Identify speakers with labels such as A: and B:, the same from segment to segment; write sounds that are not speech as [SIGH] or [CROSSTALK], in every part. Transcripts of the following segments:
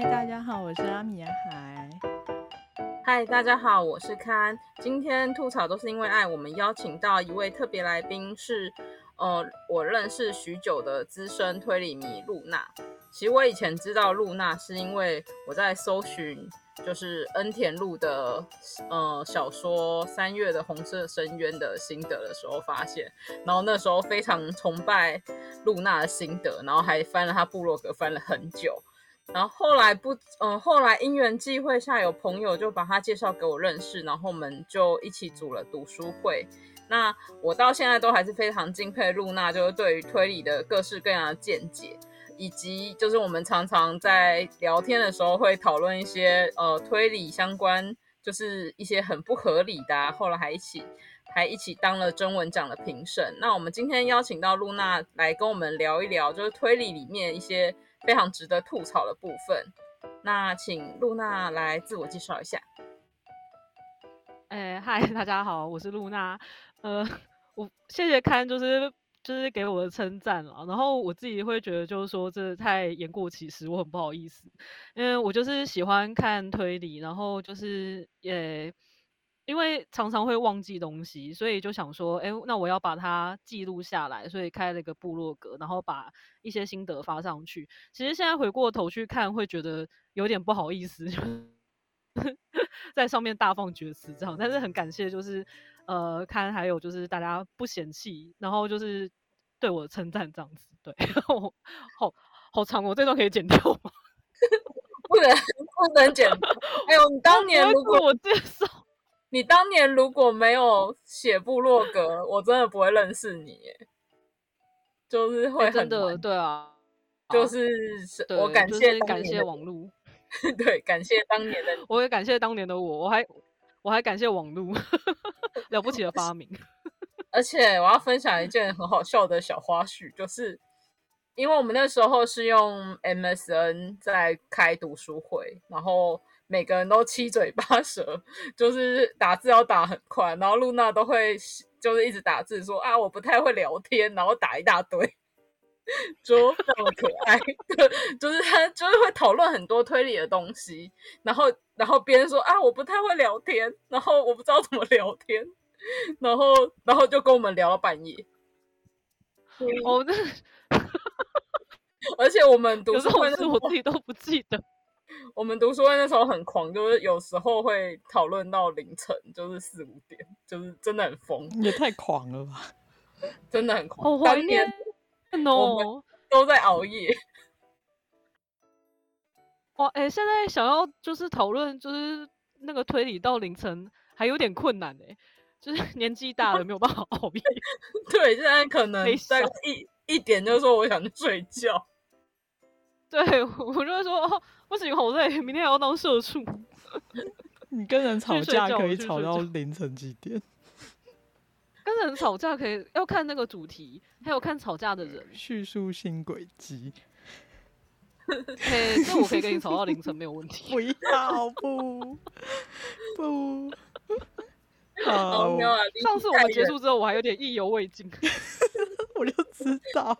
A: 我是阿米亚海。
B: 嗨，大家好，我是康。今天吐槽都是因为爱，我们邀请到一位特别来宾是，呃，我认识许久的资深推理迷露娜。其实我以前知道露娜是因为我在搜寻，就是恩田路的呃小说《三月的红色深渊》的心得的时候发现，然后那时候非常崇拜露娜的心得，然后还翻了她部落格翻了很久。然后后来不，嗯、后来因缘际会下，有朋友就把他介绍给我认识，然后我们就一起组了读书会。那我到现在都还是非常敬佩露娜，就是对于推理的各式各样的见解，以及就是我们常常在聊天的时候会讨论一些呃推理相关，就是一些很不合理的、啊，后来还一起还一起当了征文奖的评审。那我们今天邀请到露娜来跟我们聊一聊，就是推理里面一些非常值得吐槽的部分。那请露娜来自我介绍一下。
C: 哎，嗨， [LAUGHS] 大家好，我是露娜。呃，我谢谢看，就是就是给我的称赞了。然后我自己会觉得，就是说这太言过其实，我很不好意思，因为我就是喜欢看推理，然后就是也因为常常会忘记东西，所以就想说，哎，那我要把它记录下来，所以开了一个部落格，然后把一些心得发上去。其实现在回过头去看，会觉得有点不好意思， [LAUGHS] 在上面大放厥词这样，但是很感谢，就是呃，看还有就是大家不嫌弃，然后就是对我的称赞这样子，对， [LAUGHS] 我好好长哦，我这段可以剪掉吗？ [LAUGHS]
B: 不能 [LAUGHS] 不能剪。哎呦，你当年
C: 我
B: 如
C: 不会
B: 果
C: 自我介绍，
B: 你当年如果没有写部落格，我真的不会认识你耶，就是会
C: 哎
B: 很、
C: 真的，对啊，
B: 就是是
C: 对，
B: 我感
C: 就
B: 谢
C: 是
B: 当
C: 感
B: 年
C: 谢
B: 的
C: 网络，
B: 你 [LAUGHS] 对，感谢当年的你。
C: 我也感谢当年的我，我还我还感谢网络， [LAUGHS] 了不起的
B: [LAUGHS]
C: 发明。
B: 而且我要分享一件很好笑的小花絮，就是因为我们那时候是用 MSN 在开读书会，然后每个人都七嘴八舌，就是打字要打很快，然后露娜都会就是一直打字说啊我不太会聊天，然后打一大堆。就非常可爱， [LAUGHS] 对，就是他就是会讨论很多推理的东西，然后然后别人说啊我不太会聊天，然后我不知道怎么聊天，然后然后就跟我们聊到半夜，
C: 哦，那 [LAUGHS]
B: 而且我们读
C: 有
B: 书
C: 时
B: 会
C: 候
B: 那时
C: 是
B: 候
C: 我自己都不记得。
B: 我们读书会那时候很狂，就是有时候会讨论到凌晨，就是四五点，就是真的很疯，
A: 也太狂了吧！
B: 真的很狂。
C: 好怀
B: 当
C: 念
B: 年
C: 哦！
B: 都在熬夜， [LAUGHS]
C: 哇，哎、现在想要就是讨论就是那个推理到凌晨还有点困难哎、就是 [LAUGHS] 年纪大了没有办法熬夜。 [LAUGHS]
B: 对，现在可能
C: 悲
B: 大
C: 伤
B: 概一一点就说我想去睡觉。
C: 对，我就会说哦，不行，好累，明天还要当社畜。
A: [LAUGHS] 你跟人吵
C: 去睡
A: 架
C: 觉
A: 可以
C: 去
A: 吵
C: 睡
A: 到
C: 觉
A: 凌晨几点？
C: 跟人吵架可以要看那个主题，还有看吵架的人。
A: 叙述新轨迹，
B: 嗯
C: 嘿，这我可以跟你吵到凌晨没有问
B: [LAUGHS]
C: 题。
A: 不要不不。好，
B: 哦，没有
A: 我
B: 啊，离
C: 上
B: 题
C: 次我
B: 太
C: 们结
B: 远
C: 束之后，我还有点意犹
B: [LAUGHS]
C: 未尽。
A: 就知道，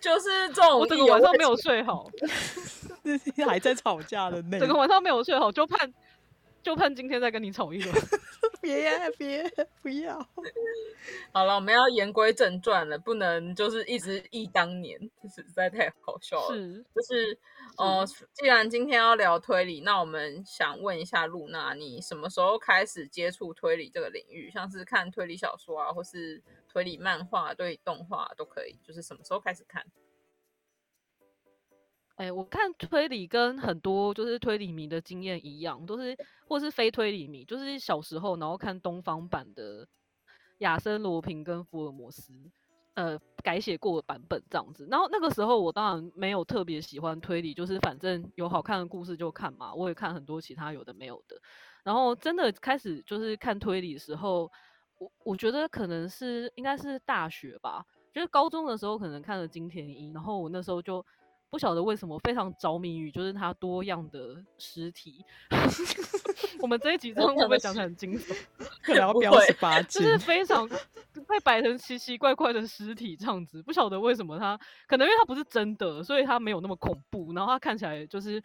B: 就是这种
C: 我整个
B: 哦意犹
C: 晚上
B: 未
C: 没有
B: 尽
C: 睡好，
A: 那些还在吵架的内
C: 整个
A: 容。
C: 晚上没有睡好，就盼就盼今天再跟你吵一轮。
A: 别别不要，
B: 好了，我们要言归正传了，不能就是一直忆当年，这实在太好笑了。
C: 是，
B: 就是，呃，
C: 嗯
B: 既然今天要聊推理，那我们想问一下露娜，你什么时候开始接触推理这个领域？像是看推理小说啊，或是推理漫画、推理动画都可以，就是什么时候开始看？ [LAUGHS]
C: 哎、我看推理跟很多就是推理迷的经验一样，都是或是非推理迷，就是小时候然后看东方版的亚森罗平跟福尔摩斯，呃，改写过的版本这样子。然后那个时候我当然没有特别喜欢推理，就是反正有好看的故事就看嘛，我也看很多其他有的没有的。然后真的开始就是看推理的时候，我我觉得可能是应该是大学吧，就是高中的时候可能看了金田一，然后我那时候就。不晓得为什么非常着迷于就是它多样的尸体。 [LAUGHS] 我们这一集真的会不会讲的很惊悚？
A: 可能要
B: 不
A: 标
B: 会
A: 十八
C: 就
A: 禁。
C: 是非常被摆成奇奇怪怪的尸体这样子，不晓得为什么它可能因为它不是真的，所以它没有那么恐怖，然后它看起来就是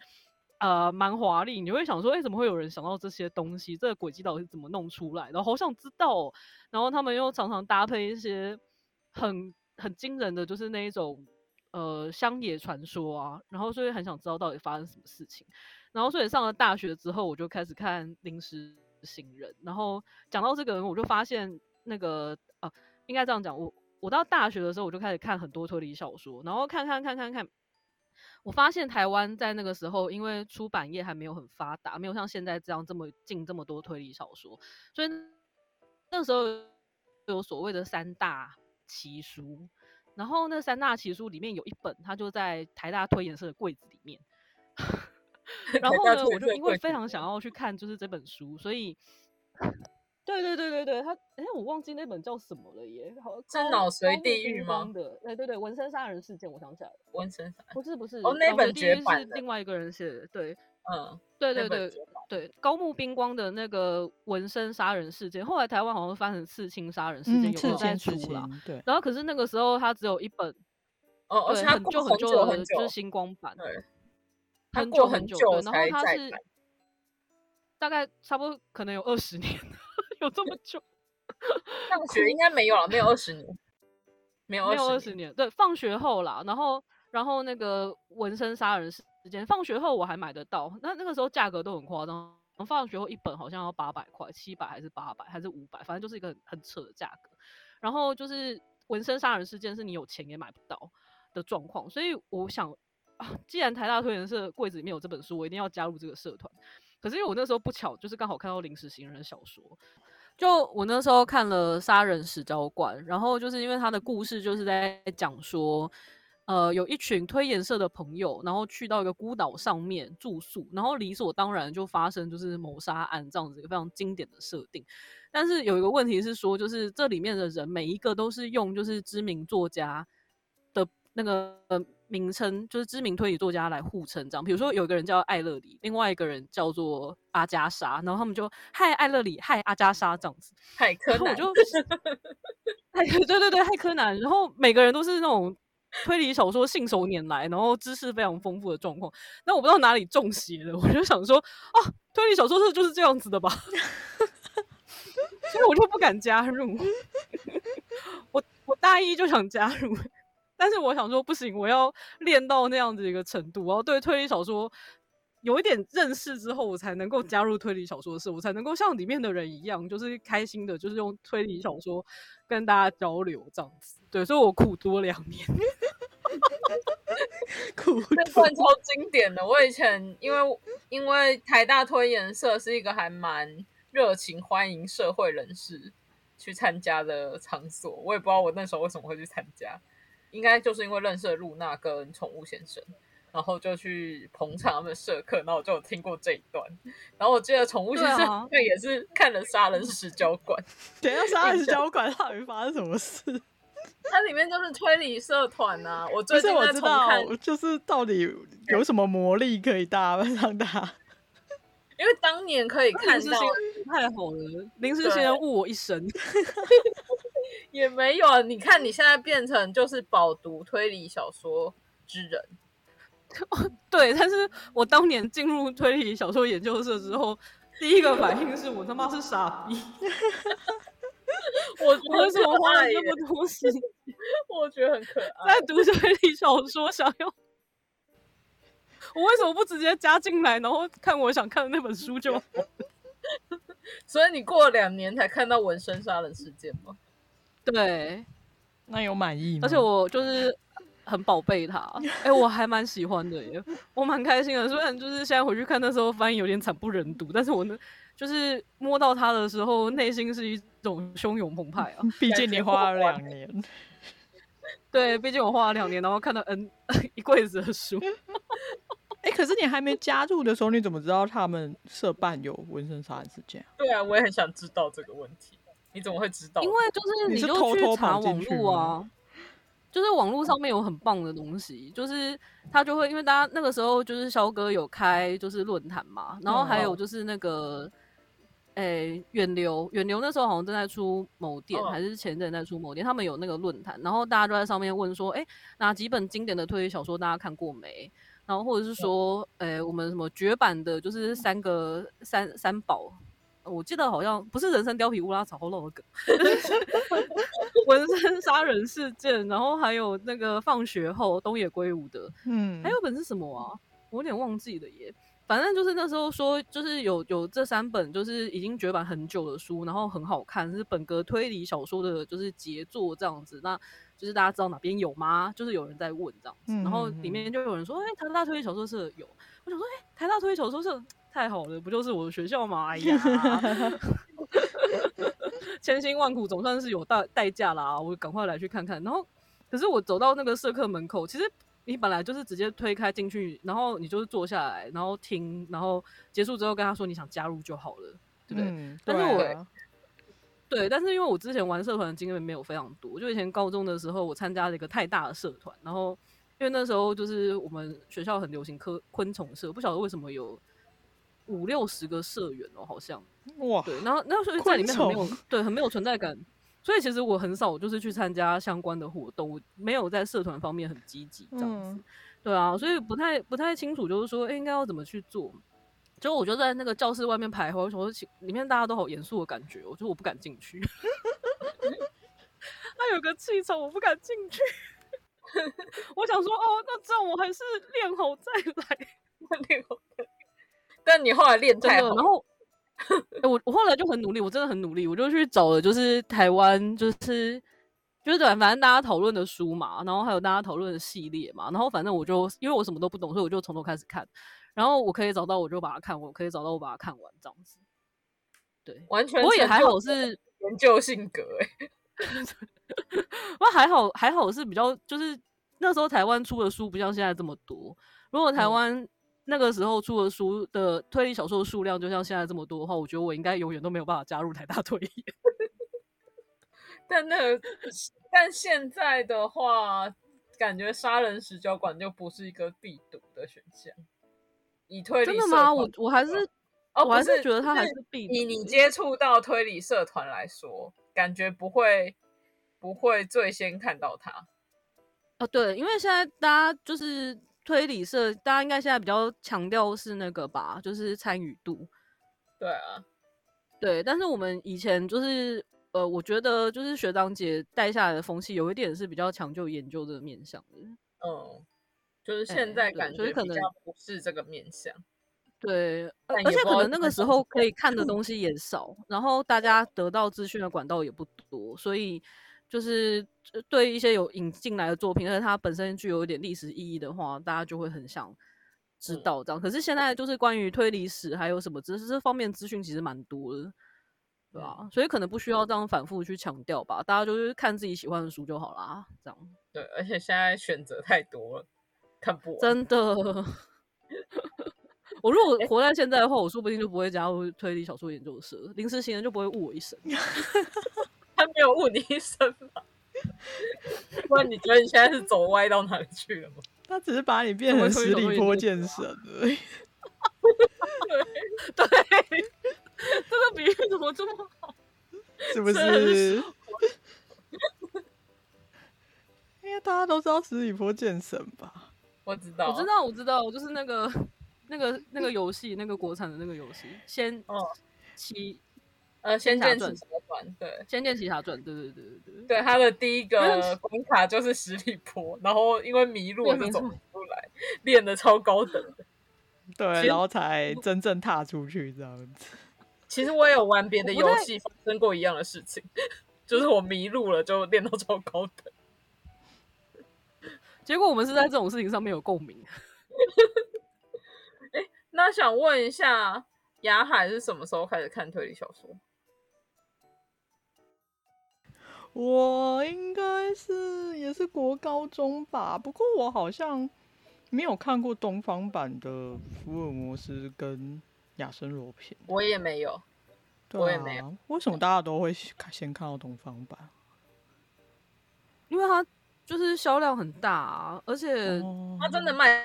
C: 呃蛮华丽，你会想说，哎、怎么会有人想到这些东西？这个轨迹到底是怎么弄出来的？好想知道、哦。然后他们又常常搭配一些很很惊人的，就是那一种呃乡野传说啊，然后所以很想知道到底发生什么事情。然后所以上了大学之后，我就开始看《临时行人》，然后讲到这个人，我就发现那个啊，应该这样讲，我我到大学的时候，我就开始看很多推理小说，然后看看看看看。我发现台湾在那个时候，因为出版业还没有很发达，没有像现在这样这么进这么多推理小说，所以那时候有所谓的三大奇书，然后那三大奇书里面有一本，它就在台大推演社的柜子里面。然
B: 台
C: 后
B: 大
C: 呢，
B: 推
C: 我就
B: 论
C: 因为
B: 会
C: 非
B: 主
C: 常想要去看就是这本书，所以，对对对对对，他哎、我忘记那本叫什么了耶，好
B: 是
C: 高
B: 脑髓
C: 高
B: 地
C: 木彬
B: 狱吗
C: 光的，哎对对对，纹身杀人事件，我想起来了，
B: 温身伞，
C: 不是不是，
B: 哦那
C: 脑髓
B: 本
C: 地
B: 绝
C: 狱是
B: 版的
C: 另外一个人写的，对
B: 嗯，
C: 对
B: 那
C: 对
B: 本
C: 对
B: 绝版
C: 对，高木冰光的那个纹身杀人事件，后来台湾好像翻成刺青杀人事件，
A: 嗯，
C: 有没
A: 刺
C: 有在
A: 青
C: 出
A: 刺
C: 啦？
A: 青，对，
C: 然后可是那个时候他只有一本，
B: 哦，而且
C: 对，
B: 它
C: 很
B: 过
C: 旧很
B: 久
C: 旧
B: 很
C: 的，
B: 久
C: 就是，星光版，
B: 对，它
C: 很
B: 过
C: 久
B: 很
C: 久
B: 久
C: 的，然后
B: 才
C: 它
B: 再
C: 是
B: 版
C: 大概差不多可能有二十年， [LAUGHS] 有这么久， [LAUGHS]
B: 上学应该没有了，没有二十年，没有
C: 没有二
B: 二
C: 十，年，对，放学后啦，然后然后那个纹身杀人事件，放学后我还买得到，那那个时候价格都很夸张。放学后一本好像要八百块，七百还是八百还是五百，反正就是一个很很扯的价格。然后就是纹身杀人事件，是你有钱也买不到的状况。所以我想，啊，既然台大推人社柜子里面有这本书，我一定要加入这个社团。可是因为我那时候不巧，就是刚好看到《临时行人》的小说，就我那时候看了《杀人史交馆》，然后就是因为他的故事就是在讲说，呃，有一群推演社的朋友，然后去到一个孤岛上面住宿，然后理所当然就发生就是谋杀案这样子一个非常经典的设定。但是有一个问题是说，就是这里面的人每一个都是用就是知名作家的那个呃名称，就是知名推理作家来互称这样。比如说有一个人叫艾勒里，另外一个人叫做阿加莎，然后他们就嗨艾勒里，嗨阿加莎这样子。
B: 海 [LAUGHS]
C: [LAUGHS]
B: 柯
C: 然后我
B: 南，
C: 就哎，对对对，骇柯南，然后每个人都是那种推理小说信手拈来，然后知识非常丰富的状况。那我不知道哪里中邪了，我就想说，啊，推理小说社就是这样子的吧， [LAUGHS] 所以我就不敢加入。 [LAUGHS] 我我大一就想加入， [LAUGHS] 但是我想说不行，我要练到那样子一个程度，我要对推理小说有一点认识之后，我才能够加入推理小说社，我才能够像里面的人一样，就是开心的，就是用推理小说跟大家交流这样子。对，所以我苦读了两年。
A: 苦
B: 那
A: 读
B: 算超经典的。我以前因为因为台大推演社是一个还蛮热情欢迎社会人士去参加的场所，我也不知道我那时候为什么会去参加，应该就是因为认识了露娜跟宠物先生。然后就去捧场他们的社课，然后我就有听过这一段。然后我记得宠物先生
C: 对
B: 好
C: 啊
B: 像也是看了《杀人石交馆》，
A: 等一下杀人交管到底发生什么事？
B: 它里面就是推理社团啊。我
A: 不
B: 最
A: 是
B: 近
A: 我
B: 在
A: 知
B: 重
A: 道
B: 看，，
A: 就是到底有什么魔力可以大家 [LAUGHS] 让大家
B: 因为当年可以看
C: 临时
B: 到
C: 新人太好了，临时新
B: 对
C: 人误我一生。
B: 也没有啊，你看你现在变成就是饱读推理小说之人， [LAUGHS]
C: 对，但是我当年进入推理小说研究社之后，第一个反应是我他妈是傻
B: [LAUGHS]
C: 逼，
B: 我
C: 我为什么花了那
B: 么？
C: 么多时间
B: 我觉得很可爱。
C: 在读推理小说，想要我为什么不直接加进来，然后看我想看的那本书就好？
B: 所以你过了两年才看到纹身杀人事件吗？
C: 对，
A: 那有满意吗？
C: 而且我就是很宝贝它，哎、我还蛮喜欢的耶，我蛮开心的。虽然就是现在回去看那时候翻译有点惨不忍睹，但是我呢，就是摸到它的时候，内心是一种汹涌澎湃啊。
A: 毕
B: 感
A: 竟
B: 觉
A: 你
B: 过
A: 花了
B: 完
A: 两年，
C: 对，毕竟我花了两年，然后看到 N [LAUGHS] 一柜子的书，
A: 哎、可是你还没加入的时候，你怎么知道他们社办有纹身杀人事件啊？
B: 对啊，我也很想知 [LAUGHS] 道这个问题，你怎么会知道？
C: 因为就是
A: 你是
C: 就
A: 偷
C: 去
A: 偷
C: 查
A: 跑进
C: 网
A: 去
C: 络啊。就是网络上面有很棒的东西，就是他就会因为大家那个时候就是肖哥有开就是论坛嘛，然后还有就是那个，诶、远流远流那时候好像正在出某店，
B: 哦
C: 还是前阵在出某店，他们有那个论坛，然后大家就在上面问说，诶、哪几本经典的推理小说大家看过没？然后或者是说，诶、我们什么绝版的，就是三个三三宝。呃我记得好像不是人参貂皮乌拉草后漏的梗， [LAUGHS] 纹身杀人事件，然后还有那个放学后东野圭吾的，
A: 嗯，
C: 还有本是什么啊？我有点忘记了耶。反正就是那时候说，就是有有这三本就是已经绝版很久的书，然后很好看，是本格推理小说的就是杰作这样子。那就是大家知道哪边有吗？就是有人在问这样子，然后里面就有人说，哎、台大推理小说社有。我想说，哎、台大推理小说社太好了，不就是我的学校吗？哎呀，千辛万苦总算是有代代价啦，我赶快来去看看。然后可是我走到那个社课门口，其实你本来就是直接推开进去，然后你就是坐下来，然后听，然后结束之后跟他说你想加入就好了，对不对？
A: 嗯
C: 但是
A: 对啊
C: 对，但是因为我之前玩社团的经验没有非常多，就以前高中的时候我参加了一个太大的社团，然后因为那时候就是我们学校很流行科昆虫社，不晓得为什么有五六十个社员哦，好像
A: 哇，
C: 对，然后那所以在里面很没有
A: 昆
C: 对很没有存在感，所以其实我很少就是去参加相关的活动，我没有在社团方面很积极这样子。
A: 嗯
C: 对啊，所以不太不太清楚，就是说，哎、应该要怎么去做。就我就在那个教室外面徘徊，我想说其里面大家都好严肃的感觉哦，我就我不敢进去。 [LAUGHS] 他有个气场，我不敢进去。 [LAUGHS] 我想说，哦，那这样我还是练好再来。
B: 但你后来练
C: 真
B: 太
C: 的。
B: 好
C: 然，后，欸我我后来就很努力，我真的很努力，我就去找了，就是台湾，就是就是对，啊反正大家讨论的书嘛，然后还有大家讨论的系列嘛，然后反正我就因为我什么都不懂，所以我就从头开始看，然后我可以找到我就把它看完，我可以找到我把它看完这样子。对，
B: 完全
C: 不过也
B: 成
C: 还
B: 就
C: 好
B: 我的
C: 是
B: 研究性格哎、
C: 不过还好，还好是比较就是那时候台湾出的书不像现在这么多。如果台
B: 嗯
C: 湾那个时候出的书的推理小说的数量就像现在这么多的话，我觉得我应该永远都没有办法加入台大推理。
B: 但那个但现在的话，感觉杀人石酒馆就不是一个必读的选项。以推理
C: 真的
B: 社
C: 吗？
B: 团
C: 我
B: 来
C: 我还是
B: 说、哦，
C: 我还
B: 不是
C: 觉得它还
B: 就是
C: 必
B: 以
C: 读
B: 你
C: 的
B: 接触到推理社团来说，感觉不会不会最先看到它。
C: 哦，对，因为现在大家就是推理社，大家应该现在比较强调是那个吧，就是参与度。
B: 对啊，
C: 对，但是我们以前就是呃，我觉得就是学长姐带下来的风气，有一点是比较强就研究这个面向的。
B: 嗯，就是
C: 哎
B: 现在
C: 对
B: 感
C: 就是
B: 觉
C: 可
B: 比
C: 能
B: 较不是这个面向。
C: 对，呃
B: 但
C: 而
B: 也
C: 且
B: 不知
C: 可能
B: 道
C: 那个
B: 看
C: 时
B: 到
C: 候可以看的东西也少，然后大家得到资讯的管道也不多，所以就是呃对一些有引进来的作品，而且它本身具有一点历史意义的话，大家就会很想知
B: 嗯
C: 道这样。可是现在就是关于推理史还有什么，只是这方面资讯其实蛮多的，
B: 嗯
C: 对啊，所以可能不需要这样反复去强调吧，大家就是看自己喜欢的书就好啦，这样。
B: 对，而且现在选择太多了，看不完。
C: 真的。我如果活在现在的话，我说不定就不会加入推理小说研究社，临时行人就不会误我一生。
B: 他没有误你一生吧？不然你觉得你现在是走歪到哪里去了吗？
A: 他只是把你变
C: 怎么
A: 成
C: 推
A: 十
C: 手都
A: 里
C: 已
A: 坡
C: 经
A: 剑神而已。
C: 对，这个比喻怎么这 [LAUGHS] 么好？
A: 是不
C: 真是 [LAUGHS]
A: 是？因为大家都知道十里坡剑神吧？
B: 我知道，
C: 我知，道，我知道，就是那个那个那个游戏，那个国产的那个游戏，先
B: 哦
C: 奇
B: 呃，《仙
C: 侠
B: 剑奇
C: 传
B: 侠传》对
C: 《仙剑奇侠传》，对对对对对。
B: 对，他的第一
C: 但
B: 个
C: 是
B: 关卡就是十里坡，然后因为迷路
C: 对
B: 我就
C: 没
B: 走
C: 错
B: 不出来，练的超高等的。
A: 对，
B: 实
A: 然后才真正踏出去这样子。
B: 其实我也有玩别的
C: 我
B: 游
C: 不太
B: 戏，发生过一样的事情， [LAUGHS] 就是我迷路了就练到超高等。
C: 结果我们是在这种事情上面有共鸣。
B: 那想问一下，雅海是什么时候开始看推理小说？
A: 我应该是也是国高中吧，不过我好像没有看过东方版的福尔摩斯跟亚森罗平。
B: 我也没有，
A: 对
B: 我也没有
A: 啊，为什么大家都会先看到东方版？
C: 因为它就是销量很大、啊，而
B: 嗯
C: 且
A: 哦
B: 它真的卖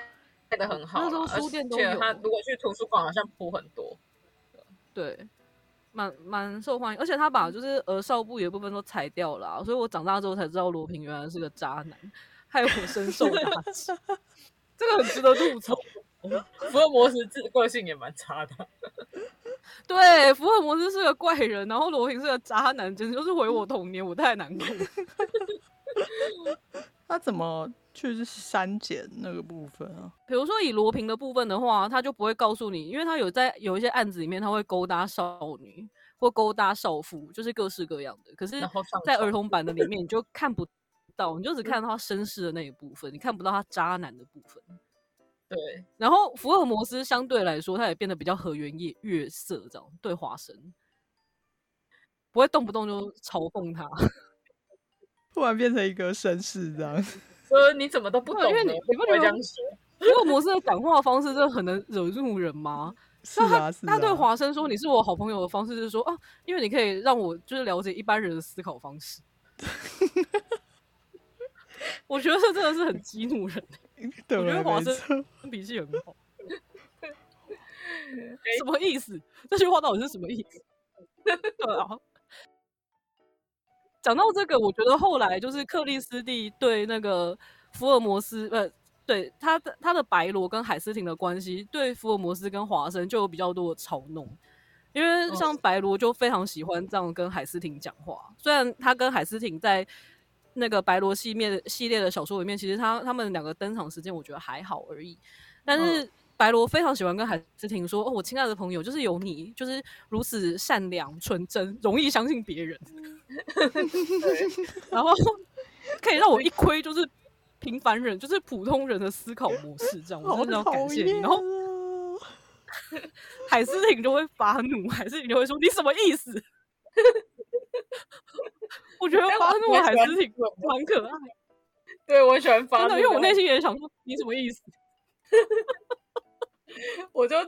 B: 卖的很好啦，
C: 那时候书店都
B: 而且
C: 有
B: 它如果去图书馆好像铺很多，
C: 对，蛮蛮受欢迎，而且他把就是儿少部有一部分都裁掉了啊、所以我长大之后才知道罗平原来是个渣男，害我深受打击。 [LAUGHS] 这个很值得吐槽。
B: [LAUGHS] 福尔摩斯自个性也蛮差的。
C: 对，福尔摩斯是个怪人，然后罗平是个渣男，简直就是毁我童年，我太难过了。
A: 他怎么去删减那个部分啊？
C: 比如说以罗平的部分的话，他就不会告诉你，因为他有在有一些案子里面，他会勾搭少女或勾搭少妇，就是各式各样的。可是
B: 然后上，
C: 在儿童版
B: [LAUGHS]
C: 的里面，你就看不到，你就只看到他绅士的那一部分，你看不到他渣男的部分。
B: 对，
C: 然后福尔摩斯相对来说，他也变得比较和颜悦悦色，这样对华生不会动不动就嘲讽他。
A: 突然变成一个绅士这样，
B: 说你怎么都不懂
C: 对
B: 呢，
C: 因为你你不
B: 会
C: 觉
B: 这
C: 得
B: 样说？
C: 福尔摩斯的讲话方式真的很能惹怒人吗？
A: 是啊，是啊。
C: 他对华生说：“你是我好朋友的方式是说啊，因为你可以让我就是了解一般人的思考方式。”我觉得这真的是很激怒人，
A: 对，
C: 我觉得华
A: 没
C: 生
A: 错
C: 脾气很好。什么意思？这句话到底是什么意思？对啊。讲到这个，我觉得后来就是克里斯蒂对那个福尔摩斯，呃，对他的他的白罗跟海斯汀的关系，对福尔摩斯跟华生就有比较多的嘲弄。因为像白罗就非常喜欢这样跟海斯汀讲话，虽然他跟海斯汀在那个白罗系列系列的小说里面，其实他他们两个登场时间我觉得还好而已，但
B: 嗯
C: 是白罗非常喜欢跟海斯汀说：“哦，我亲爱的朋友，就是有你，就是如此善良、纯真，容易相信别人，
B: 嗯 [LAUGHS]
C: [LAUGHS] 然后可以让我一窥就是平凡人，就是普通人的思考模式，这样我
A: 好
C: 真的要感
A: 讨
C: 谢你。”
A: 厌
C: 然后
A: 哦。
C: 海斯汀就会发怒，海斯汀就会说：“你什么
B: [LAUGHS]
C: 意思？”我觉得
B: 哎我
C: 发怒
B: 我
C: 海
B: 喜欢
C: 斯汀
B: 这种
C: 蛮可爱的，
B: 对我很喜欢发
C: 真
B: 怒，
C: 的，因为我内
B: 然后
C: 心也想说：“你什么意思
B: 我就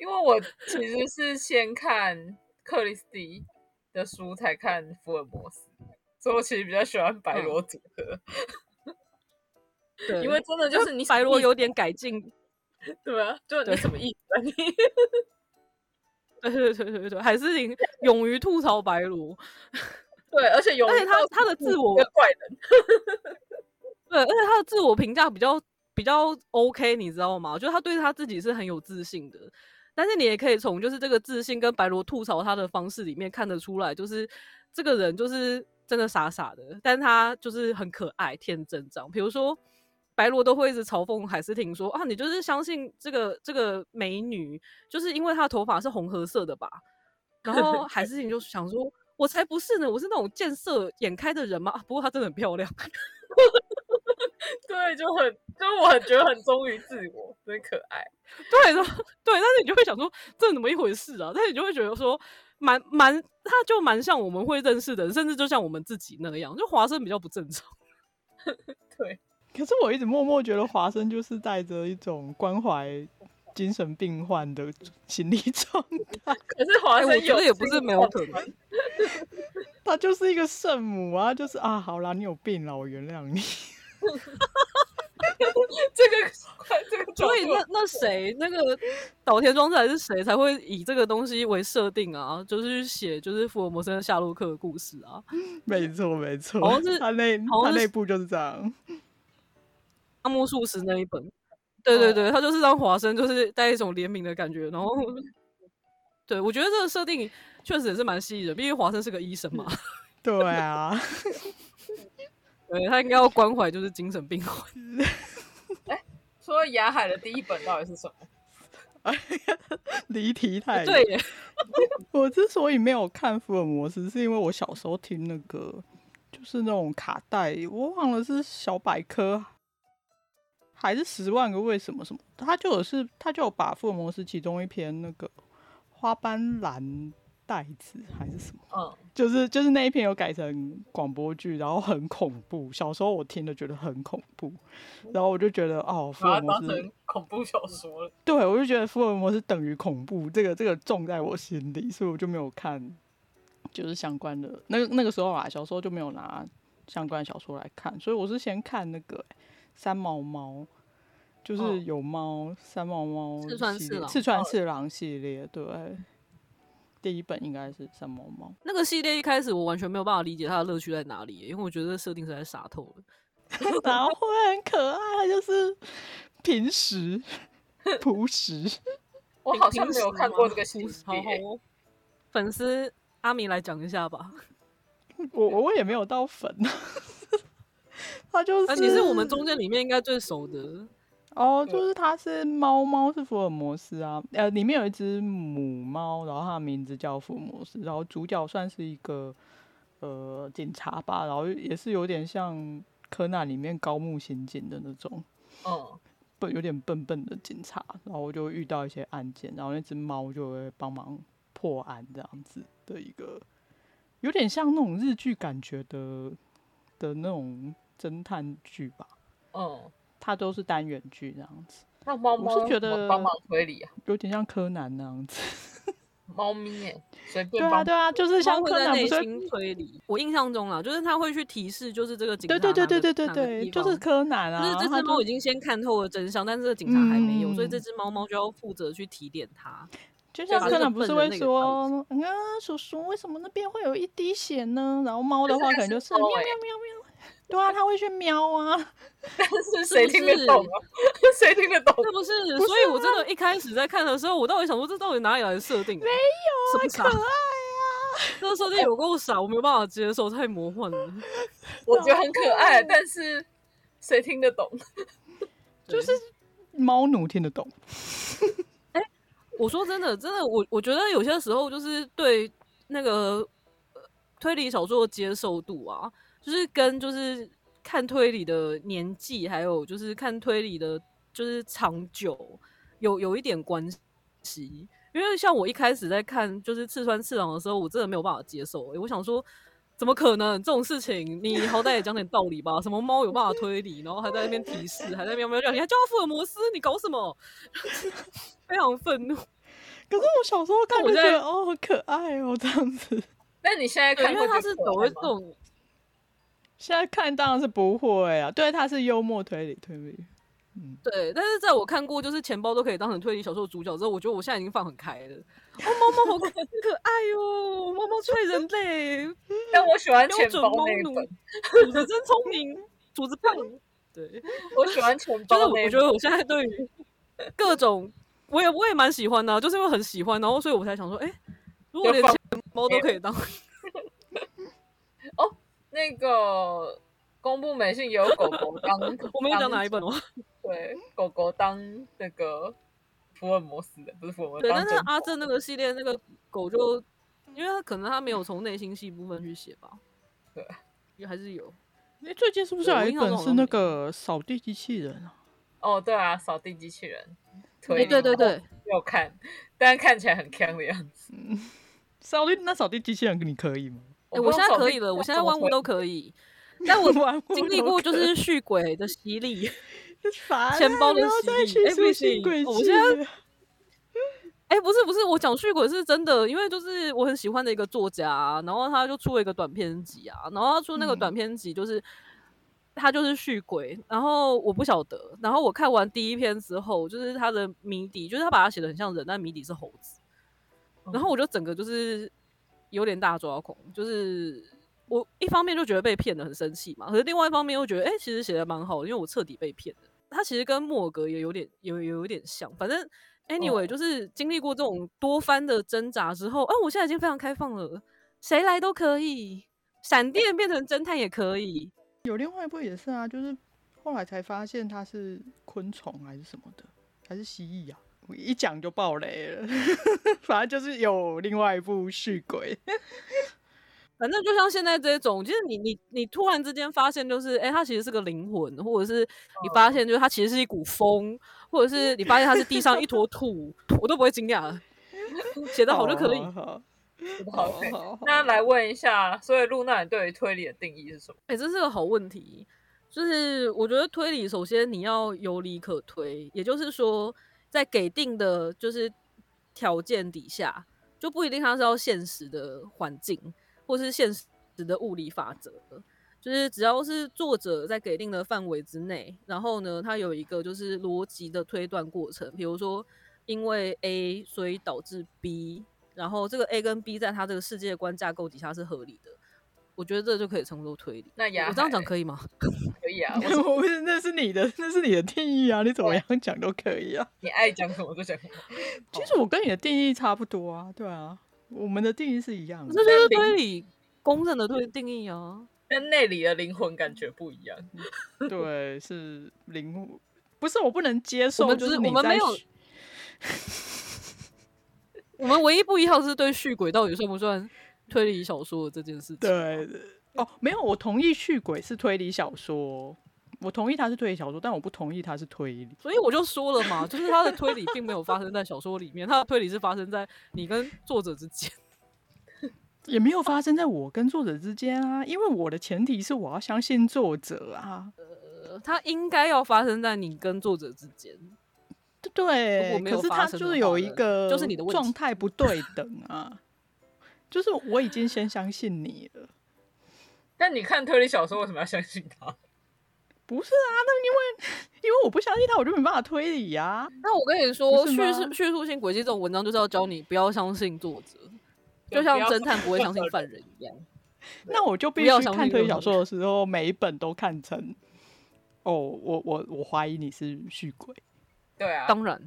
B: 因为我其实是先看克里斯蒂的书，才看福尔摩斯，所以我其实比较喜欢白
C: 嗯
B: 罗组合，？”
C: 对
B: 因为真的就是你
C: 白
B: 什么
C: 罗
B: 意
C: 有点改进，
B: 思对啊，就你
C: 对
B: 什么意思啊
C: [LAUGHS]
B: 你？
C: 对对对对对，海斯汀勇于吐槽白罗，
B: 对，而且有
C: 而且他他的自我
B: 一个怪人，
C: 对，而且他的自我评价比较比较 OK，你知道吗？就是他对他自己是很有自信的，但是你也可以从就是这个自信跟白罗吐槽他的方式里面看得出来，就是这个人就是真的傻傻的，但他就是很可爱、天真这样。比如说。白罗都会一直嘲讽海斯汀说：“啊，你就是相信这个这个美女，就是因为她的头发是红褐色的吧？”然后海斯汀就想说：“我才不是呢，我是那种见色眼开的人嘛。啊”不过她真的很漂亮。 [LAUGHS]
B: 对，就很就是我很觉得很忠于自我，真可爱。
C: 对 [LAUGHS] 的，对，但是你就会想说，这怎么一回事啊？但是你就会觉得说，蛮蛮，他就蛮像我们会认识的人，甚至就像我们自己那样，就华生比较不正常。
A: 可是我一直默默觉得华生就是带着一种关怀精神病患的心理状态，
B: 可是华
C: 哎
B: 生
C: 我
B: 有、
C: 觉得也不是没有可能，
A: 他就是一个圣母啊，就是啊，好啦，你有病啦，我原谅你。
B: 这个快这个角
C: 所以
B: 度
C: 那那谁，那个岛田庄司还是谁才会以这个东西为设定啊？就是去写就是福尔摩斯跟夏洛克的故事啊。
A: 没错，没错，
C: 好像是
A: 他那
C: 好
A: 他
C: 像是
A: 那部就是这样，
C: 阿莫术士那一本，对对
B: 哦
C: 对，他就是让华生就是带一种怜悯的感觉，然后
B: 嗯
C: 对我觉得这个设定确实也是蛮吸引人，毕竟华生是个医生嘛，
A: 对啊，
C: 对他应该要关怀就是精神病患，
B: 说雅海的第一本到底是什么？
A: 离题太远。
C: 对耶，
A: 我之所以没有看福尔摩斯，是因为我小时候听那个，就是那种卡带，我忘了是小百科还是十万个为什么什么，他就有是他就有把福尔摩斯其中一篇那个花斑蓝袋子还是什么，
B: 嗯，
A: 就是就是那一篇有改成广播剧，然后很恐怖。小时候我听了觉得很恐怖，然后我就觉得哦，福
B: 把
A: 尔
B: 它
A: 摩
B: 当
A: 斯
B: 成恐怖小说了。
A: 对，我就觉得福尔摩斯等于恐怖，这个这个重在我心里，所以我就没有看，就是相关的。那个那个时候啊，小时候就没有拿相关小说来看，所以我是先看那个、三毛猫，就
C: 哦
A: 是有猫、三毛猫
C: 四川
A: 系
C: 次
A: 列
C: 郎哦
A: 四川次郎系列，对，第一本应该是三毛
C: [LAUGHS]
A: 猫。
C: 那个系列一开始我完全没有办法理解它的乐趣在哪里耶，因为我觉得设定实在傻透了。
A: 哪会很可爱？它就是平时朴实， [LAUGHS]
B: 我好像没有看过这
C: [LAUGHS]
B: 个系
C: 故事，好好
B: 列，
C: 哦。粉丝阿米来讲一下吧。
A: [LAUGHS] 我我也没有到粉， [LAUGHS] 它就是。
C: 啊，你是我们中间里面应该最熟的。
A: 哦，就是它是猫猫是福尔摩斯啊，呃，里面有一只母猫，然后它的名字叫福尔摩斯，然后主角算是一个呃警察吧，然后也是有点像柯南里面高木刑警的那种。
B: 嗯，
A: 笨，有点笨笨的警察，然后就遇到一些案件，然后那只猫就会帮忙破案这样子的一个，有点像那种日剧感觉的的那种侦探剧吧，
B: 嗯，
A: 它都是单元剧这样子，
B: 那猫猫
A: 我是觉得
B: 怎么帮忙推理啊，
A: 有点像柯南那样子。
B: 猫咪哎，随
A: 对
B: 便
A: 啊，
B: 帮，
A: 对啊，就是像
C: 会
A: 柯
C: 在
A: 南不
C: 内
A: 是会。
C: 心推理。我印象中啦，就是他会去提示，就是这个警察
A: 对对对
C: 哪个
A: 对对对
C: 哪个
A: 对，
C: 地
A: 就
C: 方
A: 是柯南
C: 就是
A: 啊，
C: 这
A: 它
C: 只
A: 就
C: 猫已经先看透了真相，但是这个警察还没有，所以这
A: 嗯
C: 只猫猫就要负责去提点它。
A: 就
C: 对
A: 像
C: 把
A: 柯
C: 这个
A: 南不
C: 笨
A: 是
C: 人
A: 会
C: 那个
A: 说，嗯啊，叔叔，为什么那边会有一滴血呢？然后猫的
B: 可是
A: 话
B: 它
A: 可能
B: 是
A: 就是喵
B: 猫
A: 喵
B: 欸
A: 喵喵，对啊，它会去喵啊，
B: 是谁听得懂啊？ [LAUGHS] 谁听得懂？
C: 是哦不是？所以我真的一开始在看的时候，我到底想说这到底哪里来的设定、啊？没有
A: 可
C: 什么
A: 爱
C: 傻？
A: 啊！
C: 这个设定有够傻，我没有办法接受，太魔幻了。
B: 我觉得很可爱，但是谁听得懂？ [LAUGHS]
A: 就是 [LAUGHS] 猫奴听得懂，
C: [LAUGHS] 我说真的，真的，我我觉得有些时候就是对那个、呃推理小说的接受度啊，就是跟就是看推理的年纪，还有就是看推理的，就是长久有有一点关系。因为像我一开始在看就是刺穿次郎的时候，我真的没有办法接受、欸我想说。怎么可能这种事情？你好歹也讲点道理吧。什么猫有办法推理，然后还在那边提示，还在那边喵喵叫，你还叫他福尔摩斯，你搞什么？ [LAUGHS] 非常愤怒。
A: 可是我小时候看
C: 我
A: 就觉
C: 在
A: 得哦，好可爱哦，这样子。
B: 那你现在
C: 对，
B: 看
C: 因
B: 过
C: 为
B: 就
C: 他是
B: 可爱
C: 走会
B: 吗
C: 这种，
A: 现在看当然是不会啊，对，它是幽默推理推理，嗯，
C: 对，但是在我看过就是钱包都可以当成推理小说的主角之后，我觉得我现在已经放很开了。哦，猫猫好可可爱哦，猫
B: [LAUGHS]
C: 猫吹人类，
B: 但我喜欢
C: 标
B: 钱
C: 准
B: 包
C: 猫
B: 那一
C: 奴 [LAUGHS]
B: 本，，
C: 主子真聪明，主子
B: [LAUGHS]
C: 棒。对，
B: 我喜欢钱
C: 就是
B: 包
C: 我
B: 那一
C: 我觉
B: 本。
C: 得我现在对于各种，我也我也蛮喜欢的啊、就是因为很喜欢，然后所以我才想说，哎、如果
B: 就
C: 连
B: 放
C: 钱包都可以当，
B: 那个公布美信也有狗狗当
C: [LAUGHS] ，我没有讲哪一
B: 当
C: 本哦。
B: 对，狗狗当那个福尔摩斯的，不是福尔摩斯，
C: 对，
B: 当
C: 但是啊
B: 真
C: 阿正那个系列那个狗就，因为他可能他没有从内心戏部分去写吧，
B: 对，
C: 也还是有。
A: 哎，最近是不是
C: 对
A: 有
C: 我
A: 一
C: 印象
A: 本
C: 中好
A: 是
C: 像
A: 那
C: 没
A: 个扫地机器人啊？
B: 哦，对啊，扫地机器人，推
C: 哎，
B: 理
C: 对对，对，
B: 没有看，但看起来很强啊的样子。
A: 扫地那扫地机器人你可以吗？
C: 哎，
B: 不
C: 我
B: 知
C: 现
B: 道
C: 在
B: 扫
C: 可
B: 地
C: 以了，我
B: 要
C: 现在
B: 怎么
C: 万物
B: 推
C: 都
B: [LAUGHS]
C: 可以。 [LAUGHS] 但我
A: 玩物
C: 经历
A: 都
C: 过就
A: 可
C: 是续鬼的洗礼，
A: 烦
C: 钱
A: 啊
C: 包
A: 不
C: 的
A: 要
C: 洗
A: 再
C: 礼
A: 去
C: 哎不
A: 说新
C: 行
A: 鬼
C: 我
A: 气
C: 现在 [LAUGHS]
A: 了
C: 哎，不是不是，我讲续鬼是真的，因为就是我很喜欢的一个作家啊、然后他就出了一个短篇集啊，然后他出那个
A: 嗯
C: 短篇集就是、他就是续鬼，然后我不晓得，然后我看完第一篇之后，就是他的谜底，就是他把它写的很像人，但谜底是猴子，然后我就整个就是有点大抓狂，就是我一方面就觉得被骗的很生气嘛，可是另外一方面又觉得，哎、其实写的蛮好的，因为我彻底被骗了。他其实跟莫尔格也有点有有有点像，反正 anyway、
B: 哦
C: 就是经历过这种多番的挣扎之后，哎、我现在已经非常开放了，谁来都可以，闪电变成侦探也可以，
A: 有另外一部也是啊，就是后来才发现它是昆虫还是什么的，还是蜥蜴啊？我一讲就爆雷了， [LAUGHS] 反正就是有另外一部续鬼，
C: 反正就像现在这种，就是你你你突然之间发现，就是哎、诶它其实是个灵魂，或者是你
B: 哦
C: 发现就是它其实是一股风，或者是你发现它是地上一坨土，我都不会惊讶。 [LAUGHS] 写的好就可以。
A: 好好
B: 觉得
A: 好
B: 好看。
A: 好好
B: [LAUGHS] 那来问一下，所以露娜，你对于推理的定义是什么？
C: 哎、这是个好问题。就是我觉得推理，首先你要有理可推，也就是说，在给定的就是条件底下，就不一定它是要现实的环境，或是现实的物理法则。就是只要是作者在给定的范围之内，然后呢，它有一个就是逻辑的推断过程，比如说因为 A 所以导致 B，然后这个 A 跟 B 在它这个世界观架构底下是合理的，我觉得这就可以称作推理。
B: 那雅
C: 我这样
B: 海
C: 讲
B: 嘞
C: 可以 [LAUGHS] 吗？
B: 可以
C: [LAUGHS]
B: 啊，我是
A: 我不是，那是你的，那是你的定义啊，你怎么样讲都可以啊。
B: 你爱讲什么就讲什么。
A: 其实我跟你的定义差不多啊，对啊，我们的定义是一样的
C: 这。就是推理公认的对定义啊。
B: 跟内里的灵魂感觉不一样。
C: [LAUGHS]
A: 对，是零物，不是我不能接
C: 我
A: 受，
C: 们
A: 就
C: 只
A: 是
C: 我
A: 你
C: 们
A: 在
C: 没有
A: 学
C: 我们唯一不一样是对续轨到底算不算推理小说的这件事情。
A: 对哦，没有，我同意续鬼是推理小说，我同意它是推理小说，但我不同意它是推理。
C: 所以我就说了嘛，就是他的推理并没有发生在小说里面，他的推理是发生在你跟作者之间。
A: 也没有发生在我跟作者之间啊，因为我的前提是我要相信作者啊，
C: 呃 [LAUGHS] 他应该要发生在你跟作者之间。
A: 对对。
C: 如果没有
A: 可是
C: 发
A: 他
C: 生
A: 就
C: 的
A: 是有
C: 话
A: 一
C: 呢
A: 个
C: 就是你的问题
A: 状态不对等啊，就是我已经先相信你了，
B: 但你看推理小说为什么要相信他？
A: 不是啊？那因为 [LAUGHS] 因为我不相信他，我就没办法推理啊。
C: 那我跟你
A: 不
C: 说，
A: 是
C: 叙
A: 吗
C: 事叙述性轨迹这种文章就是要教你不要相信作者，就像
B: 不要
C: 侦探不会相信犯人一 [LAUGHS] 样。
A: 那我就必
C: 不要
A: 须
C: 相
A: 看
C: 信
A: 推理小
C: 任何
A: 说的时候，每一本都看成哦，我我我怀疑你是续鬼，
B: 对啊，
C: 当然，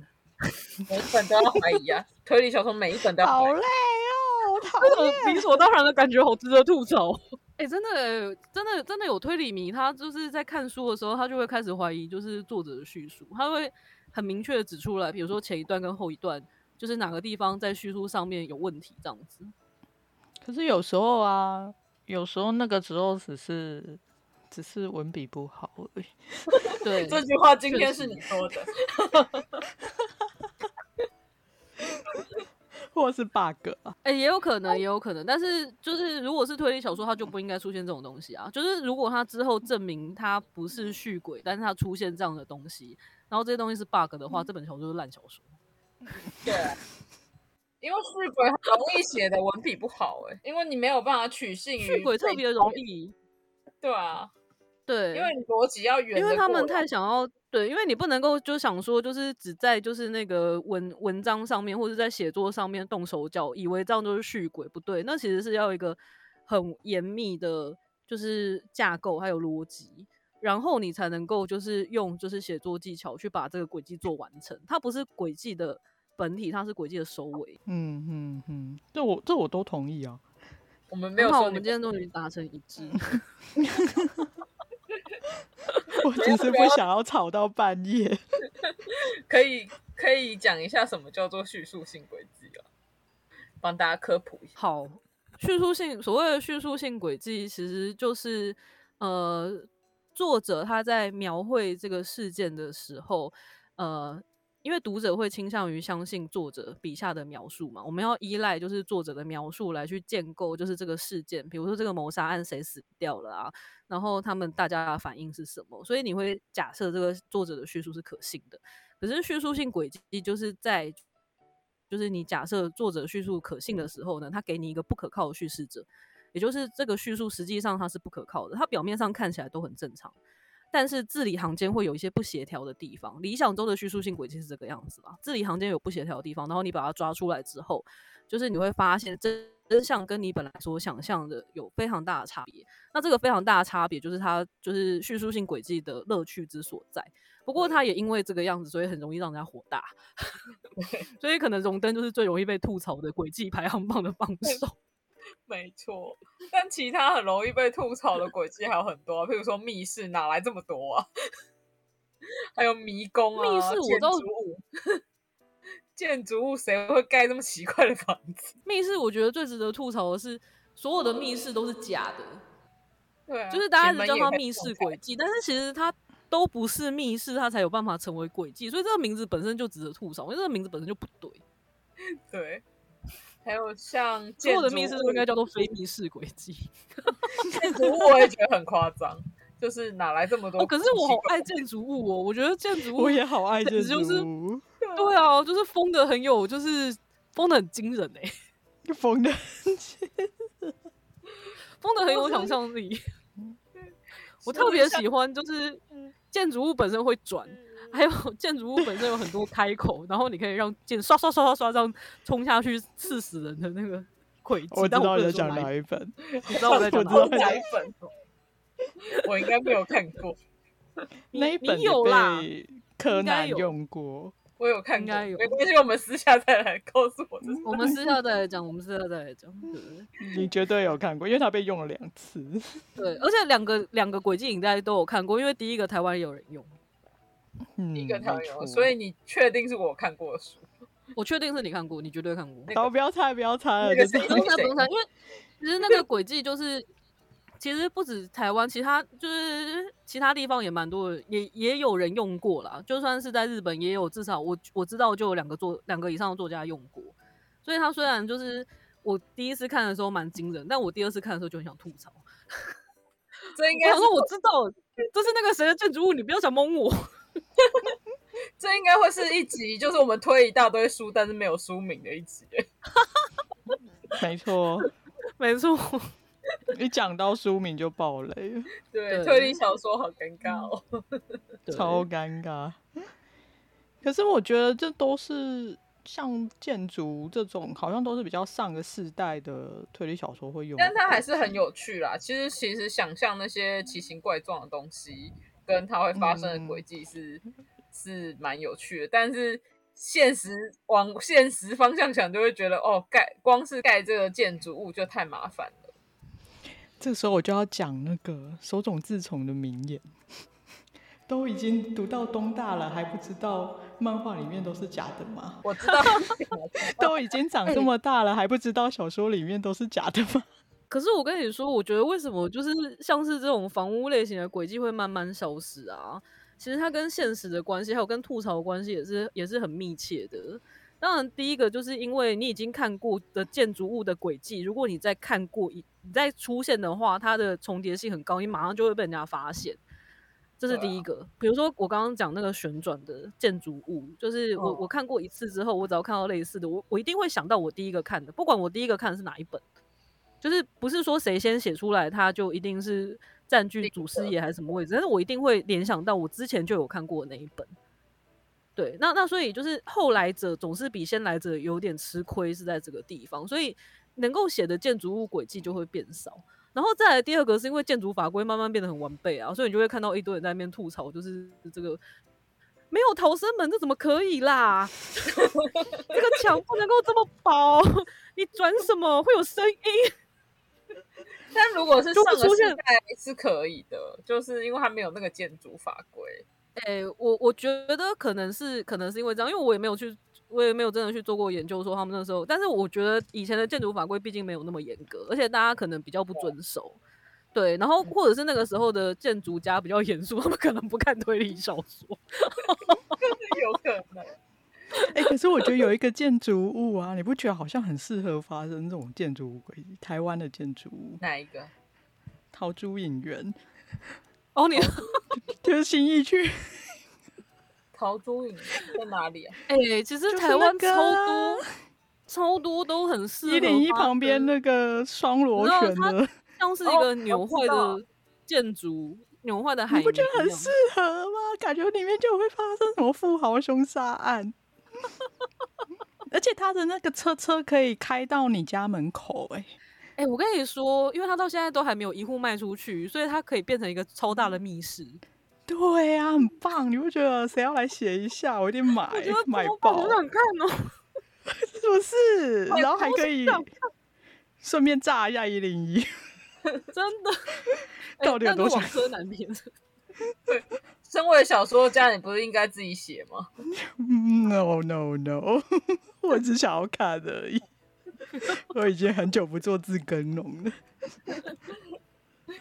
B: 每一本都要怀疑啊。推理小说每一本都要怀
A: 好
B: 疑
A: 累。哦，我讨
C: 这
A: 厌。
C: 种理所当然的感觉好值得吐槽。哎、真的欸，真的，真的有推理迷，他就是在看书的时候，他就会开始怀疑，就是作者的叙述，他会很明确的指出来，比如说前一段跟后一段，就是哪个地方在叙述上面有问题，这样子。
A: [LAUGHS] 可是有时候啊，有时候那个时候只是只是文笔不好而已。
C: 对，
B: 这句话今天是你说的，
A: [LAUGHS] 或是 bug 啊。
C: 哎、也有可能，也有可能，但是就是如果是推理小说，它就不应该出现这种东西啊。就是如果它之后证明它不是续鬼，但是它出现这样的东西，然后这些东西是 bug 的话，这本小说就是烂小说。
B: 对啊、因为续鬼很容易写的文笔不好哎、因为你没有办法取信于
C: 续鬼特
B: 被
C: 别容易，
B: 对啊，
C: 对，
B: 因为你逻辑要圆得过
C: 因
B: 来，
C: 为他们太想要对，因为你不能够就想说，就是只在就是那个文文章上面或者在写作上面动手脚，以为这样就是续轨，不对，那其实是要一个很严密的，就是架构还有逻辑，然后你才能够就是用就是写作技巧去把这个轨迹做完成，它不是轨迹的本体，它是轨迹的收尾。
A: 嗯嗯嗯，这我这我都同意 [LAUGHS] 啊。
B: 我们没有
C: 很好，
B: 说
C: 我
B: 你嗯
C: 们今天终于达成一致。
A: 我只是不想要吵到半 [LAUGHS] 夜。
B: 可以可以讲一下什么叫做叙述性轨迹啊，帮大家科普一下。
C: 好，叙述性所谓的叙述性轨迹，其实就是呃，作者他在描绘这个事件的时候，呃，因为读者会倾向于相信作者笔下的描述嘛，我们要依赖就是作者的描述来去建构，就是这个事件，比如说这个谋杀案谁死掉了啊，然后他们大家的反应是什么，所以你会假设这个作者的叙述是可信的。可是叙述性轨迹就是在，就是你假设作者叙述可信的时候呢，他给你一个不可靠的叙事者，也就是这个叙述实际上它是不可靠的，它表面上看起来都很正常，但是字里行间会有一些不协调的地方。理想中的叙述性轨迹是这个样子吧？字里行间有不协调的地方，然后你把它抓出来之后，就是你会发现真真相跟你本来所想象的有非常大的差别。那这个非常大的差别，就是它就是叙述性轨迹的乐趣之所在。不过它也因为这个样子，所以很容易让人家火
B: [LAUGHS]
C: 大。所以可能荣登就是最容易被吐槽的轨迹排行榜的榜首。 [LAUGHS]
B: 没错，但其他很容易被吐槽的轨迹还有很多、啊，譬如说密室哪来这么多啊？ [LAUGHS] 还有迷宫啊，
C: 密室我
B: 建
C: 倒
B: 筑物， [LAUGHS] 建筑物谁会盖这么奇怪的房子？ [LAUGHS]
C: 密室我觉得最值得吐槽的是，所有的密室都是假的，
B: 对啊，
C: 就是大家
B: 前
C: 只
B: 门
C: 叫
B: 也
C: 它
B: 可以
C: 密
B: 种
C: 室
B: 菜
C: 轨迹，但是其实它都不是密室，它才有办法成为轨迹。所以这个名字本身就值得吐槽，因为这个名字本身就不对。
B: 对，还有像
C: 所
B: 建
C: 有
B: 筑
C: 的密室都
B: 物 [LAUGHS]
C: 应，该叫做非密室轨迹。
B: 建筑物我也觉得很夸张，就是哪来这么多
C: 哦，
B: 奇怪
C: 可
B: 的？
C: 是我好爱建筑物哦，我觉得建筑物
A: 我也好爱这
C: 简直就是
A: 书，
C: 对啊，就是疯的很有，就是疯的很惊人哎、
A: [LAUGHS] 疯的。
C: 疯的很有想象力。我特别喜嗯欢就是建筑物本身会转，还有 [LAUGHS] 建筑物本身有很多开口，然后你可以让剑刷刷刷刷刷这样冲下去刺死人的那个轨迹。
A: 我知
C: 但
A: 道
C: 不
A: 你在
C: 能说
A: 讲
C: 哪
A: 哪
C: 一
A: 一本，
C: 部，你知道
A: [LAUGHS]
C: 我在讲
A: 我知道
B: 好
C: 哪一部
A: 对
B: 奶粉
C: [LAUGHS]
B: 哦，我应该没有看过，
A: 那一
C: 你
A: 本 [LAUGHS]
C: 有啦
A: 也被柯
C: 应该
A: 南
C: 有
A: 用过。
B: 我有看
C: 应
B: 过，
C: 该有嗯
B: 没关系，我们私下再来告诉我这是。
C: 我们私下再来讲，我们私下再来讲。对对对
A: 你绝对有看过，因为他被用了两次。
C: 对，而且两个两个轨迹影带都有看过，因为第一个台湾有人用，
A: 嗯，
B: 一个台湾
A: 没错
B: 有，所以你确定是我看过的书？
C: 我确定是你看过，你绝对看过。
B: 那个
A: 好，不要猜，不要猜了，
B: 那个
A: 就是
B: 谁
C: 不用猜，不用猜，因为其实那个轨迹就是，其实不止台湾，其他就是其他地方也蛮多的，也也有人用过啦。就算是在日本，也有至少我我知道就有两个作两个以上的作家用过。所以他虽然就是我第一次看的时候蛮惊人，但我第二次看的时候就很想吐槽。
B: 这应
C: 我
B: 该
C: 想
B: 是
C: 说我知道，这是那个谁的建筑物，你不要想蒙我。
B: 这应该会是一集，就是我们推一大堆书，但是没有书名的一集。
A: [LAUGHS] 没错。
C: 没错，
A: 一讲到书名就爆雷了，
B: 对，
C: 对
B: 推理小说好尴尬哦。
C: 对
A: 超尴尬。可是我觉得这都是像建筑这种，好像都是比较上个世代的推理小说会用的，
B: 但它还是很有趣啦。其实，其实想象那些奇形怪状的东西，跟它会发生
C: 嗯
B: 的轨迹是、是蛮有趣的。但是现实往现实方向想，就会觉得哦，盖光是盖这个建筑物就太麻烦了。
A: 这时候我就要讲那个手冢治虫的名言： [LAUGHS] 都已经读到东大了，还不知道漫画里面都是假的吗？
B: 我知道，
A: [LAUGHS] 都已经长这么大了，还不知道小说里面都是假的吗？ [LAUGHS]
C: 可是我跟你说，我觉得为什么就是像是这种房屋类型的轨迹会慢慢消失啊？其实它跟现实的关系，还有跟吐槽的关系也是也是很密切的。当然，第一个就是因为你已经看过的建筑物的轨迹，如果你再看过一你再出现的话，它的重叠性很高，你马上就会被人家发现。这是
B: 对啊
C: 第一个。比如说我刚刚讲那个旋转的建筑物，就是我、
B: 哦
C: 我看过一次之后，我只要看到类似的，我我一定会想到我第一个看的，不管我第一个看的是哪一本。就是不是说谁先写出来，它就一定是占据
B: 定
C: 祖
B: 的
C: 师爷还是什么位置，但是我一定会联想到我之前就有看过的那一本。对，那那所以就是后来者总是比先来者有点吃亏，是在这个地方，所以能够写的建筑物轨迹就会变少。然后再来第二个是因为建筑法规慢慢变得很完备啊，所以你就会看到一堆人在那边吐槽，就是这个没有逃生门，这怎么可以啦？ [LAUGHS] 这个墙不能够这么薄，你转什么会有声音？
B: 但如
C: [LAUGHS]
B: 果是
C: 就
B: 上
C: 会
B: 个
C: 出
B: 世
C: 现
B: 代是可以的，就是因为它没有那个建筑法规。
C: 诶、哎我我觉得可能是可能是因为这样，因为我也没有去，我也没有真的去做过研究，说他们那时候，但是我觉得以前的建筑法规毕竟没有那么严格，而且大家可能比较不遵守。对，然后或者是那个时候的建筑家比较严肃，他们可能不看推理小说。
B: 有可能，
A: 哎、可是我觉得有一个建筑物啊，你不觉得好像很适合发生这种建筑物轨迹？台湾的建筑物，
B: 哪一个？
A: 桃珠影园，
C: 哦，你
A: 就是新义区，
B: 陶朱影在哪里啊？
C: 哎、其实
A: 就是
C: 台湾
A: 那
C: 超
A: 个
C: 多、
A: 啊
C: 超多都很适合
A: 一零一
C: 发
A: 旁边
C: 生
A: 那个双螺
C: 你知道
A: 旋的，
C: 像是一
B: 哦
C: 个
B: 我
C: 扭
B: 知
C: 坏
B: 道
C: 的建筑，扭坏的海
A: 你
C: 绵一
A: 不
C: 样，
A: 觉得很适合吗？感觉里面就会发生什么富豪凶杀案， [LAUGHS] 而且他的那个车车可以开到你家门口、哎，
C: 哎、我跟你说，因为它到现在都还没有一户卖出去，所以它可以变成一个超大
A: 嗯
C: 的密室。
A: [LAUGHS] 对呀、很棒，你不觉得？谁要来写一下，我一定买
C: 我觉得
A: 买
C: 多棒
A: 哎爆啊
C: 好，想看哦！
A: 是不是？
C: 我
A: 然后还
C: 超
A: 可以
C: 想
A: 顺便炸一下一零一。
C: 真
A: [LAUGHS]
C: 的，哎
A: 到底有
C: 那个
A: 多想
C: 网车难
A: [LAUGHS]
C: 免。
B: 身为小说家，你不是应该自己写吗？
A: No no no，我 [LAUGHS] 只想要看而已。我已经很久不做自耕农了。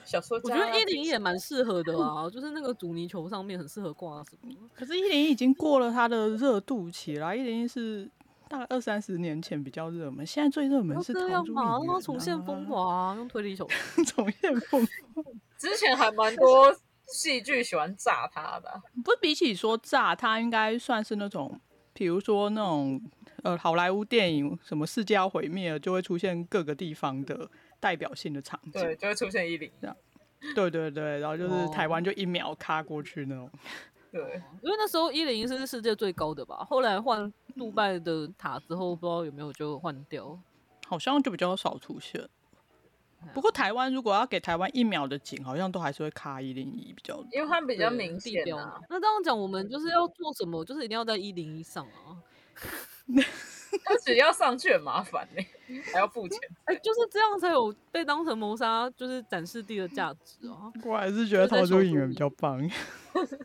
B: 小说
C: 我
B: 家啊
C: 觉
B: 要自己写，
C: 得一零也蛮适合
A: [LAUGHS]
C: 的啊，就是那个阻尼球上面很适合挂什么。
A: [LAUGHS] 可是，一零已经过了它的热度期啦。一零是大概二三十年前比较热门，现在最热门
C: 要
A: 是
C: 这
A: 逃
C: 样
A: 出
C: 嘛，
A: 影
C: 然后
A: 园
C: 重现风
A: [LAUGHS] 啊，
C: 华、啊，用推理小说。
A: 重现风。
B: 之前还蛮多戏剧喜欢炸他
C: [LAUGHS]
B: 的啊，
A: 不是比起说炸，它应该算是那种，比如说那种呃好莱坞电影什么世界要毁灭了，就会出现各个地方的代表性的场景。
B: 对，就会出现一零。
A: 对对对，然后
C: 哦
A: 就是台湾就一秒卡过去那种。
B: 对，
C: 因为那时候一零一是世界最高的吧，后来换杜拜的塔之后，不知道有没有就换掉。
A: 好像就比较少出现。不过台湾如果要给台湾一秒的景，好像都还是会卡一零一比较多。
B: 因为它比较
C: 对
B: 明
C: 地
B: 显
C: 标
B: 啊 [LAUGHS]
C: 嘛。。那这样讲，我们就是要做什么，就是一定要在一零一上啊。
B: 它只要上去很麻烦呢、
C: 嗯
B: 还要付钱。
C: 哎、就是这样才有被当成谋杀就是展示地的价值啊。
A: 我还是觉得
C: 就
A: 逃
C: 在首
A: 出
C: 都
A: 影院比较棒，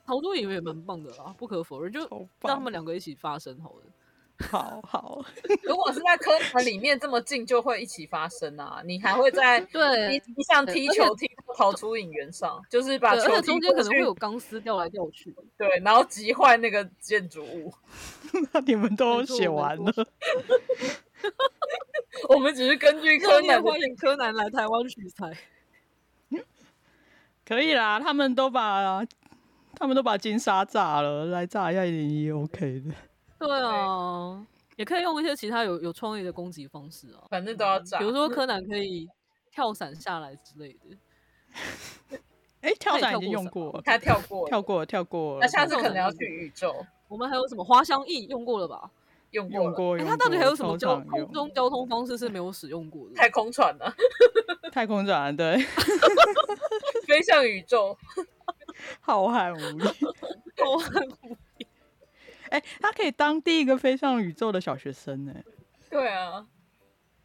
C: 逃脱演员也蛮棒的啦，不可否认，就
A: 好
C: 让
A: 棒
C: 他们两个一起发生好了。
A: 好好， [LAUGHS]
B: 如果是在柯南里面这么近，就会一起发生
C: [LAUGHS]
B: 啊！你还会在
C: 对
B: 一一上踢
C: 而且
B: 球踢到逃出影员上，就是 [LAUGHS] 把
C: 对，而
B: 球
C: 且
B: 踢
C: 中间可
B: 过
C: 能会
B: 去
C: 有，钢丝掉来掉去。
B: 对，然后击坏那个建筑
C: [LAUGHS]
B: 物。
A: 那你们都
C: 没错
A: 写
C: 我们
A: 完
C: 都
A: 了，
B: 我们只是根据 [LAUGHS] 柯
C: 热烈
B: 南的
C: 欢迎柯南来台湾取材。
A: 可以啦。他们都把他们都把金沙炸了，来炸一下一零一 OK 的。
C: 对啊，也可以用一些其他有有创意的攻击方式啊，
B: 反正都要炸。
C: 比如说柯南可以跳伞下来之类的。
A: 哎、跳
C: 那你
A: 伞已
C: 跳
A: 经
C: 过
A: 用
C: 伞
A: 过了，
B: 他跳过了，
A: 跳过了，跳过了。
B: 那下次
A: 跳
B: 可能
A: 伞
B: 要去宇宙
C: 我们还有什么花香翼用过了吧？
B: 用过
A: 用
B: 了
A: 过，
C: 哎、
A: 用
C: 它到底还有什么
A: 过
C: 交
A: 超常
C: 空
A: 用
C: 中交通方式是没有使用过的？
B: 太空船了， [LAUGHS]
A: 太空船？对， [LAUGHS]
B: 飞向宇宙。
A: 浩瀚无垠。
C: 好玩
A: 哎、他可以当第一个飞上宇宙的小学生呢、
B: [LAUGHS] 对啊，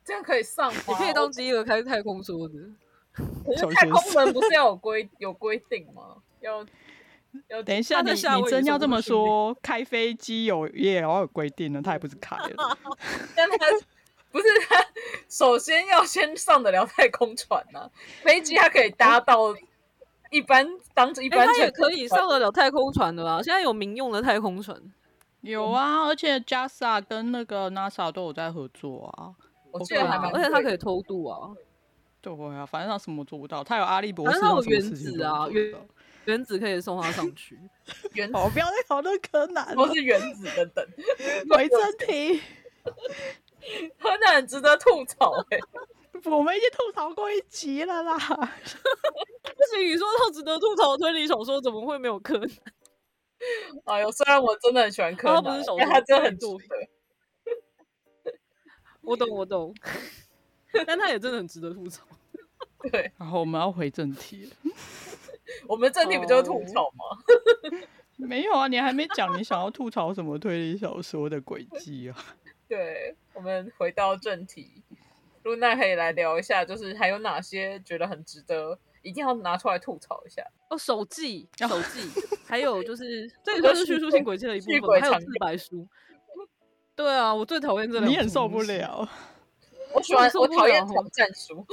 B: 这样可以上吗？
C: 你可以当第一个开太空梭的。
B: 可是
A: 小
B: 太
A: 学
B: 空
A: 生
B: 人不是要有规有规定吗？
C: [LAUGHS]
B: 要要
A: 等一下，
C: 他在
A: 你
C: 夏
A: 你
C: 威夷
A: 真
C: 是
A: 要
C: 不
A: 这
C: 是
A: 么
C: 训练
A: 说，开飞机有也要有规定呢，他也不是开了。
B: 但他不是他，首先要先上得了太空船呐、飞机它可以搭到一般当一
C: 哦哎、
B: 般
C: 它
B: 乘
C: 也可以上得了太空船的啊！现在有民用的太空船，
A: 有啊，而且 JAXA 跟那个 NASA 都有在合作啊。
B: 我记
A: 对
B: 得
A: 啊
B: 还蛮
C: 而
B: 贵的，
C: 且它可以偷渡啊，
A: 对啊，反正他什么做不到，他有阿笠博
C: 反
A: 士，
C: 正他有
A: 什么
C: 原
A: 事情
C: 子
A: 都
C: 啊
A: 做不
C: 原
A: 到
C: 原子可以送它上
B: [LAUGHS]
C: 去。
B: 原子
C: 哦
A: 好，不要再讨论柯南
B: 或
A: 了，
B: 是原子等等， [LAUGHS]
A: 回正题。
B: 真的很值得吐槽哎、
A: 我们已经吐槽过一集了啦，
C: 不行，你说到值得吐槽的推理小说，怎么会没有柯南？
B: 哎呦，虽然我真的很喜欢柯
C: 它
B: 南，
C: 哦不是手
B: 但它
C: 足
B: 真的很值
C: 作品
B: 得。
C: 我懂，我懂， [LAUGHS] 但它也真的很值得吐槽。
B: 对，
A: 然后我们要回正题了。
B: 我们正题不就是
C: 哦
B: 吐槽吗？
A: 没有啊，你还没讲你想要吐槽什么推理小说的轨迹啊？
B: 对，我们回到正题，露娜可以来聊一下，就是还有哪些觉得很值得，一定要拿出来吐槽一下。
C: 哦，手记，手记，
A: 哦
C: 还有
A: [LAUGHS]
C: 就是这个就是叙述性轨迹的一部
B: 续
C: 分，
B: 轨
C: 还有
B: 常
C: 自
B: 用
C: 白书。对啊，我最讨厌这两
A: 你很
C: 种
A: 受
C: 东
A: 不
C: 西。
A: 了。
B: 我喜欢，
C: 受
B: 我
C: 不
B: 讨厌
C: 了
B: 挑战书，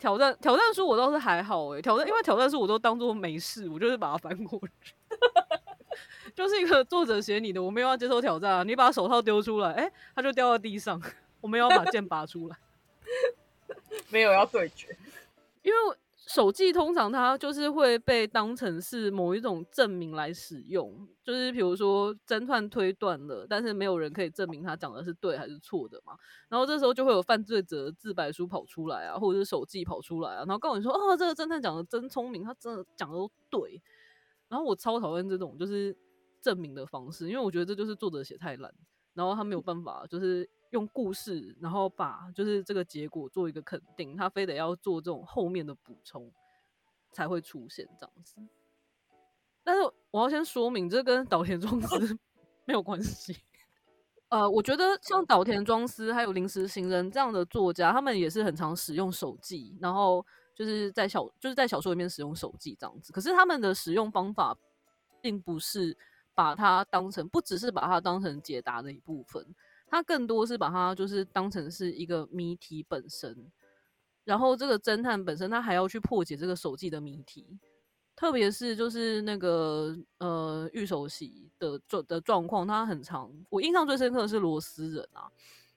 C: 挑战挑战书我倒是还好诶、挑战因为挑战书我都当做没事，我就是把它翻过去。 [LAUGHS] 就是一个作者写你的，我没有要接受挑战啊！你把手套丢出来，哎、它就掉到地上。我们要把剑拔出来，
B: 没有要对决。
C: 因为手记通常它就是会被当成是某一种证明来使用，就是比如说侦探推断了，但是没有人可以证明他讲的是对还是错的嘛。然后这时候就会有犯罪者的自白书跑出来啊，或者是手记跑出来啊，然后告诉你说，哦，这个侦探讲的真聪明，他真的讲的都对。然后我超讨厌这种就是证明的方式，因为我觉得这就是作者写太烂，然后他没有办法就是用故事，然后把就是这个结果做一个肯定，他非得要做这种后面的补充才会出现这样子。但是我要先说明，这跟岛田庄司 [LAUGHS] 没有关系。呃，我觉得像岛田庄司还有临时行人这样的作家，他们也是很常使用手记，然后就是在小就是在小说里面使用手记这样子。可是他们的使用方法，并不是把它当成，不只是把它当成解答的一部分，它更多是把它就是当成是一个谜题本身。然后这个侦探本身，他还要去破解这个手记的谜题，特别是就是那个呃御手洗的状的状况，他很长。我印象最深刻的是罗斯人啊，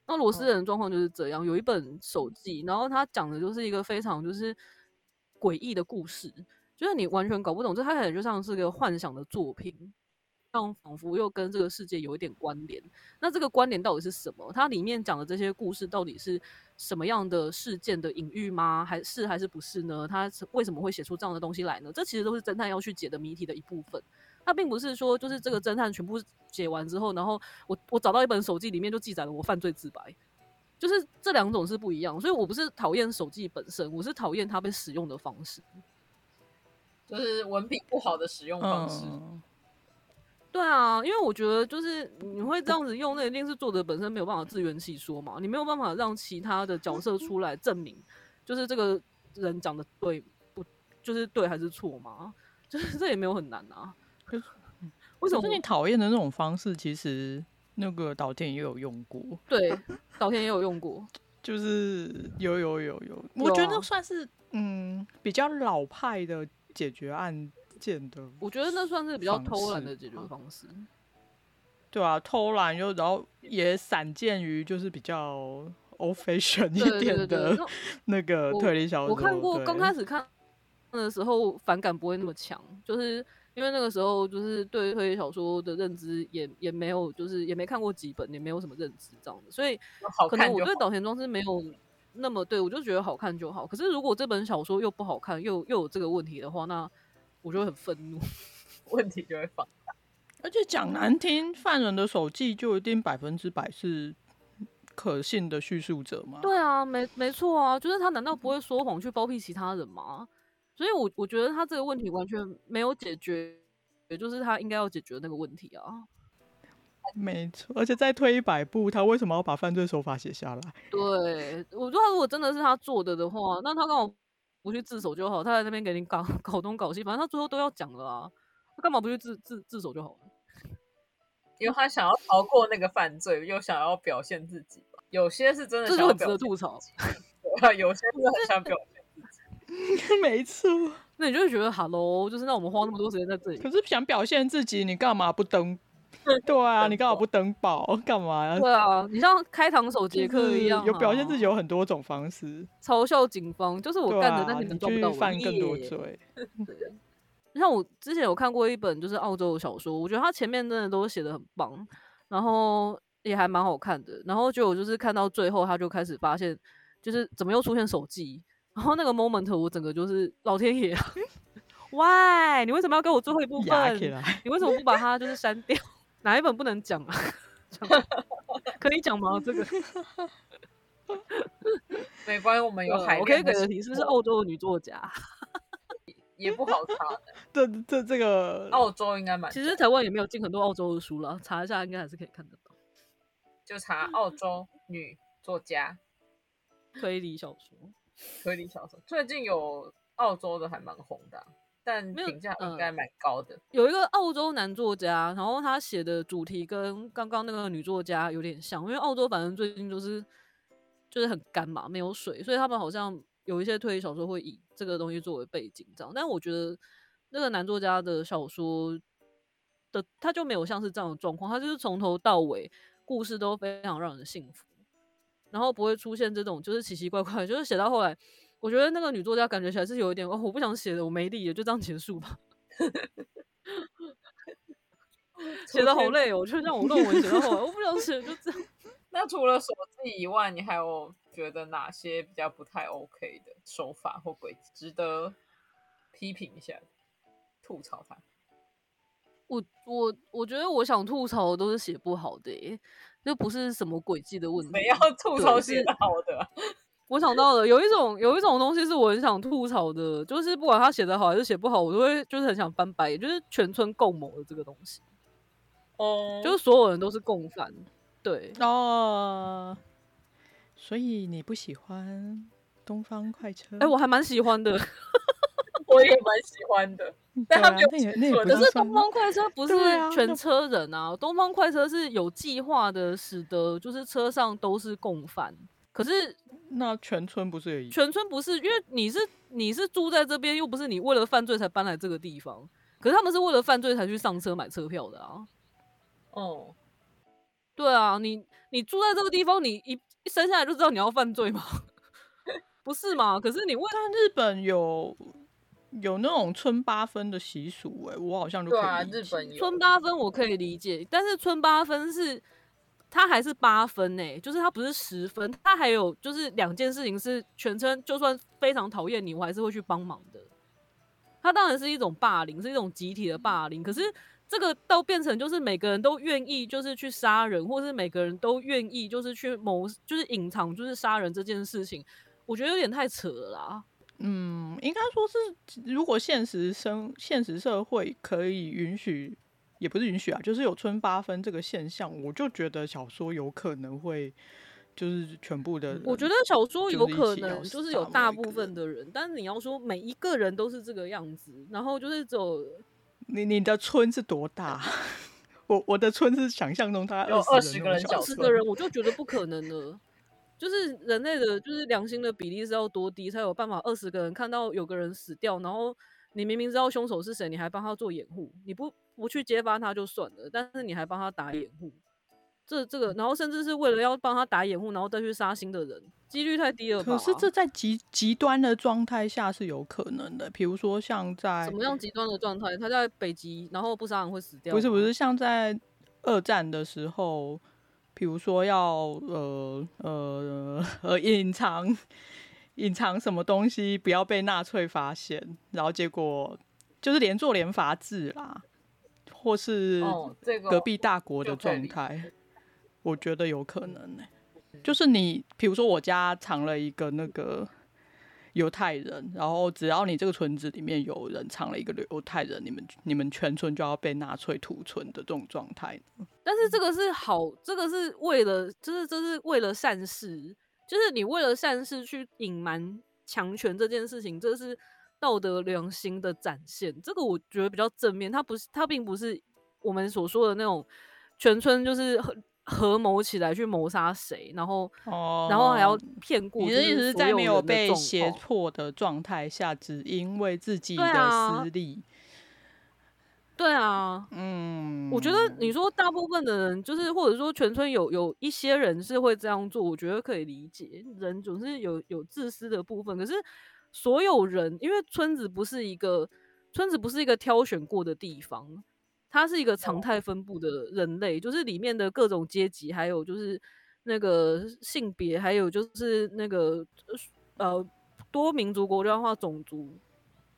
C: 那罗斯人的状况就是这样，有一本手记，然后他讲的就是一个非常就是诡异的故事，就是你完全搞不懂，这它可能就像是个幻想的作品。像仿佛又跟这个世界有一点关联。那这个关联到底是什么？它里面讲的这些故事到底是什么样的事件的隐喻吗？还是还是不是呢？它是为什么会写出这样的东西来呢？这其实都是侦探要去解的谜题的一部分。它并不是说就是这个侦探全部解完之后，然后我我找到一本手记里面就记载了我犯罪自白，就是这两种是不一样。所以我不是讨厌手记本身，我是讨厌它被使用的方式。
B: [LAUGHS] 就是文笔不好的使用方式。
A: 嗯，
C: 对啊，因为我觉得就是你会这样子用，那一定是作者本身没有办法自圆其说嘛，你没有办法让其他的角色出来证明，就是这个人讲的对不，就是对还是错嘛，就是 [LAUGHS] 这也没有很难啊
A: 可是。
C: 为什
A: 可
C: 么
A: 是你讨厌的那种方式，其实那个导电也有用过，
C: 对导天也有用过？
A: 就是有有有有，
C: 有
A: 我觉得
C: 啊
A: 那算是嗯比较老派的解决案件的，
C: 我觉得那算是比较
A: 方
C: 偷懒
A: 式
C: 的解决
A: 吧
C: 方式。
A: 对啊，偷懒又然后也散见于就是比较 old fashion
C: 对
A: 一
C: 对对
A: 点
C: 对，
A: 的
C: 那
A: [LAUGHS] 那个
C: 我
A: 推理小说。
C: 我看过，
A: 对
C: 刚开始看的时候反感不会那么强，就是因为那个时候就是对推理小说的认知也也没有，就是也没看过几本，也没有什么认知这样子，所以
B: 好
C: 可能
B: 看
C: 我
B: 就
C: 对
B: 好
C: 岛田庄司没有那么对我就觉得好看就好。可是如果这本小说又不好看，又又有这个问题的话，那我就会很愤怒。
B: 问题就会放大。
A: 而且讲难听，犯人的手记就一定百分之百是可信的叙述者嘛？
C: [LAUGHS] 对啊，没没错啊，就是他难道不会说谎去包庇其他人吗？所以我，我觉得他这个问题完全没有解决，也就是他应该要解决的那个问题啊。
A: 没错。而且再退一百步，他为什么要把犯罪手法写下来？ [LAUGHS]
C: 对，我觉得他如果真的是他做的的话，那他干嘛不去自首就好？他在那边给你搞 [LAUGHS] 搞东搞西，反正他最后都要讲了啊，他干嘛不去自自自首就好了？
B: 因为他想要逃过那个犯罪，又想要表现自己吧。有些是真的
C: 这
B: 想
C: 就
B: 要
C: 很值
B: 表
C: 得
B: 现
C: 吐槽。
B: 对啊， [LAUGHS] 有些是很想表现。
A: 没错。
C: 那你就会觉得哈喽，就是让我们花那么多时间在这里
A: [LAUGHS] 可，是想表现自己，你干嘛不登？对啊，你干嘛不登报？ [LAUGHS] 干嘛呀？
C: 对啊，你像开膛手杰
A: 就
C: 克
A: 是
C: 一样、啊，
A: 有表现自己有很多种方式，
C: 嘲笑警方，就是我
A: 对
C: 干的，
A: 啊，
C: 但是
A: 你
C: 们抓不到
A: 去
C: 我。
A: 犯更多
B: 耶
A: 罪。
C: 像我之前有看过一本就是澳洲的小说，我觉得它前面真的都写的很棒，然后也还蛮好看的。然后就我就是看到最后，他就开始发现，就是怎么又出现手机，然后那个 moment 我整个就是老天爷啊 [LAUGHS] ，why？你为什么要给我最后一部
A: 压起
C: 分？
A: 来，
C: 你为什么不把它就是删掉？哪一本不能讲啊？ [LAUGHS] 这样可以讲吗？这 [LAUGHS] 个
B: 没关系，嗯我们有海
C: 我可
B: 量
C: 以给
B: 的
C: 的
B: 生
C: 提示是
B: 活
C: 澳洲的女作家。 [LAUGHS]
B: 也不好 [LAUGHS] 查的，
A: [LAUGHS] 这这这个
B: 澳洲应该蛮
C: 其实台湾也没有进很多澳洲的书了，查一下应该还是可以看得到
B: 就查澳洲女作家
C: 推理小说。
B: 推理小说，最近有澳洲的还蛮红的啊、但
C: 没有
B: 评价
C: 嗯
B: 应该蛮高的。
C: 有一个澳洲男作家，然后他写的主题跟刚刚那个女作家有点像，因为澳洲反正最近就是就是很干嘛，没有水，所以他们好像有一些推理小说会以这个东西作为背景这样。但我觉得那个男作家的小说的他就没有像是这样的状况，他就是从头到尾故事都非常让人信服，然后不会出现这种就是奇奇怪怪，就是写到后来，我觉得那个女作家感觉起来是有一点哦，我不想写了，我没力了，就这样结束吧。写的好累哦，就让我论文写到后来，我不想写，就这样。
B: 那除了手记以外，你还有觉得哪些比较不太 OK 的手法或轨迹值得批评一下、吐槽它？
C: [LAUGHS] 我我我觉得我想吐槽的都是写不好的耶，就不是什么诡计的问题。
B: 没要吐槽写的好
C: [LAUGHS]
B: 的啊，
C: 我想到了有一种有一种东西是我很想吐槽的，就是不管他写的好还是写不好，我都会就是很想翻白眼，就是全村共谋的这个东西，
B: [LAUGHS] 哦，
C: 就是所有人都是共犯。对，
A: 哦，所以你不喜欢东方快车？
C: 哎、我还蛮喜欢的，
B: 我也蛮喜欢的。
A: 嗯
B: 但
A: 对
B: 他
A: 啊
B: 没有
A: 那也
B: 写
A: 那也
B: 错
A: 不
B: 的
C: 可
A: 是
C: 是
A: 算
C: 东方快 [LAUGHS] 车不是
A: 对啊
C: 全
A: 那
C: 车人啊，东方快车是有计划的，使得就是车上都是共犯。可是
A: 那全村不是也一
C: 全村不是，因为你是你是住在这边，又不是你为了犯罪才搬来这个地方。可是他们是为了犯罪才去上车买车票的啊。
B: 哦，
C: 对啊，你你住在这个地方，你一一生下来 [LAUGHS] 就知道你要犯罪吗？不是嘛？可是你为
A: 但日本有有那种村八分的习俗、欸，哎，我好像就可以
B: 对啊，
A: 理
B: 日
A: 解
B: 本有
C: 村八分我可以理解，但是村八分是它还是八分呢、就是它不是十分，它还有就是两件事情是全称，就算非常讨厌你，我还是会去帮忙的。它当然是一种霸凌，是一种集体的霸凌，可是。这个到变成就是每个人都愿意就是去杀人，或是每个人都愿意就是去谋就是隐藏就是杀人这件事情，我觉得有点太扯了啦。
A: 嗯，应该说是，如果现实生现实社会可以允许，也不是允许啊，就是有村八分这个现象，我就觉得小说有可能会就是全部的人，
C: 我觉得小
A: 就
C: 说有
A: 是一
C: 可
A: 起要
C: 能就是
A: 杀
C: 有
A: 某
C: 大
A: 一个
C: 部分
A: 人
C: 的人，但是你要说每一个人都是这个样子，然后就是
A: [LAUGHS]
C: 只有
A: 你你的村是多大？ [LAUGHS] 我我的村是想象中大概
B: 有
A: 20
B: 20
A: 那
B: 个
A: 种
B: 人
A: 小
B: 小
C: 十
A: 村
C: 个人，我就觉得不可能了。就是人类的，就是良心的比例是要多低，才有办法二十个人看到有个人死掉，然后你明明知道凶手是谁，你还帮他做掩护，你不不去揭发他就算了，但是你还帮他打掩护，这这个，然后甚至是为了要帮他打掩护，然后再去杀新的人，几率太低了吧？
A: 可是这在极极端的状态下是有可能的，比如说像在
C: 怎么样极端的状态？他在北极，然后不杀人会死掉？
A: 不是不，是，像在二战的时候，比如说要呃呃呃隐藏隐藏什么东西，不要被纳粹发现，然后结果就是连坐连罚制啦，或是
B: 哦，这个
A: 隔壁大国的
B: 就可以
A: 状
B: 理解
A: 态，我觉得有可
C: 嗯
A: 能呢、就是你，比如说我家藏了一个那个犹太人，然后只要你这个村子里面有人藏了一个犹太人，你们你们全村就要被纳粹屠村的这种状态。
C: 但
A: 嗯
C: 是这个是好，这个是为了，就是这是为了善事，就是你为了善事去隐瞒强权这件事情，这是道德良心的展现。这个我觉得比较正面，它不是，它并不是我们所说的那种全村就是合合谋起来去谋杀谁，然后、
A: 哦
C: 然后还要骗过。
A: 你
C: 就
A: 的意思
C: 是
A: 是
C: 所
A: 在没有
C: 人的
A: 被
C: 状
A: 胁
C: 况
A: 迫的状态下，只因为自己
C: 对
A: 的
C: 啊
A: 私利？
C: 对啊，
A: 嗯，
C: 我觉得你说大部分的人，就是或者说全村有有一些人是会这样做，我觉得可以理解。人总是有有自私的部分，可是所有人，因为村子不是一个村子不是一个挑选过的地方，它是一个常态分布的人类，就是里面的各种阶级，还有就是那个性别，还有就是那个呃多民族国家化种族，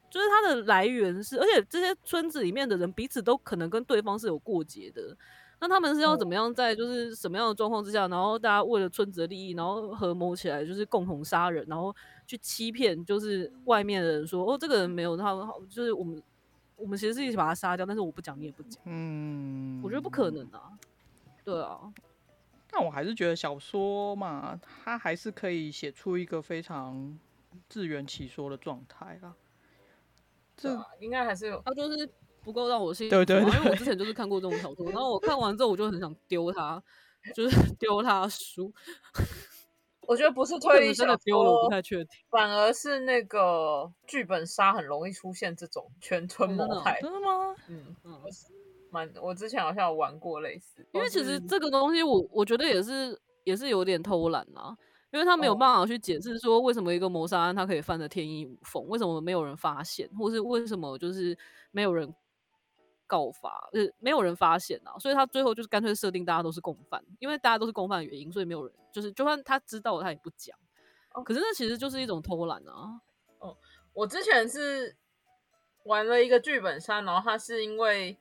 C: 就是它的来源是，而且这些村子里面的人彼此都可能跟对方是有过节的。那他们是要
A: 哦
C: 怎么样在就是什么样的状况之下，然后大家为了村子的利益，然后合谋起来，就是共同杀人，然后去欺骗就是外面的人说，哦，这个人没有他，就是我们我们其实是一起把他杀掉，但是我不讲你也不讲，
A: 嗯，
C: 我觉得不可能啊。对啊，
A: 但我还是觉得小说嘛，它还是可以写出一个非常自圆其说的状态啦。
B: 对
A: 这
B: 啊应该还是有
C: 他就是不够让我信服
A: 对
C: 啊。
A: 对
C: 因为我之前就是看过这种小说，然后我看完之后我就很想丢他，就是 [LAUGHS] 丢他的书，
B: 我觉得不是
C: 可
B: 推
C: 能
B: 理小
C: 真的丢了，我不
B: 说，
C: 太确定。
B: 反而是那个剧本杀很容易出现这种 [LAUGHS] 全村
C: 哦真的
B: 谋
C: 哦
B: 害。
A: 真的吗？
B: 嗯，
C: 嗯，
B: 蛮我之前好像有玩过类似，
C: 因为
B: 都
C: 其实
B: 是
C: 这个东西我我觉得也是也是有点偷懒啦，因为他没有
B: 哦
C: 办法去解释说为什么一个谋杀案他可以犯的天衣无缝，为什么没有人发现，或是为什么就是没有人告发，呃，没有人发现啊，所以他最后就是干脆设定大家都是共犯，因为大家都是共犯的原因，所以没有人就是就算他知道了他也不讲
B: 哦。
C: 可是那其实就是一种偷懒啊，
B: 我之前是玩了一个剧本杀，然后他是因为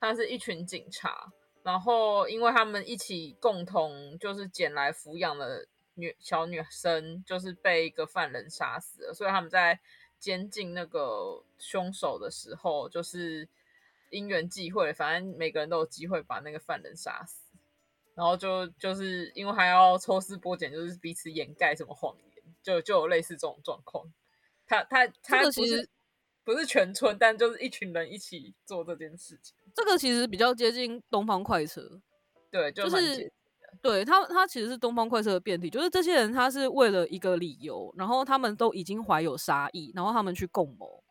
B: 他是一群警察，然后因为他们一起共同就是捡来抚养的女小女生，就是被一个犯人杀死了，所以他们在监禁那个凶手的时候，就是因缘际会，反正每个人都有机会把那个犯人杀死。然后就就是因为还要抽丝剥茧，就是彼此掩盖什么谎言，就就有类似这种状况。他他他
C: 个
B: 不
C: 其
B: 是
C: 实
B: 不是全村，但就是一群人一起做这件事情。
C: 这个其实比较接近东方快车，
B: 对，就
C: 就
B: 蛮
C: 是
B: 解
C: 对他，他其实是东方快车的变体，就是这些人他是为了一个理由，然后他们都已经怀有杀意，然后他们去共谋，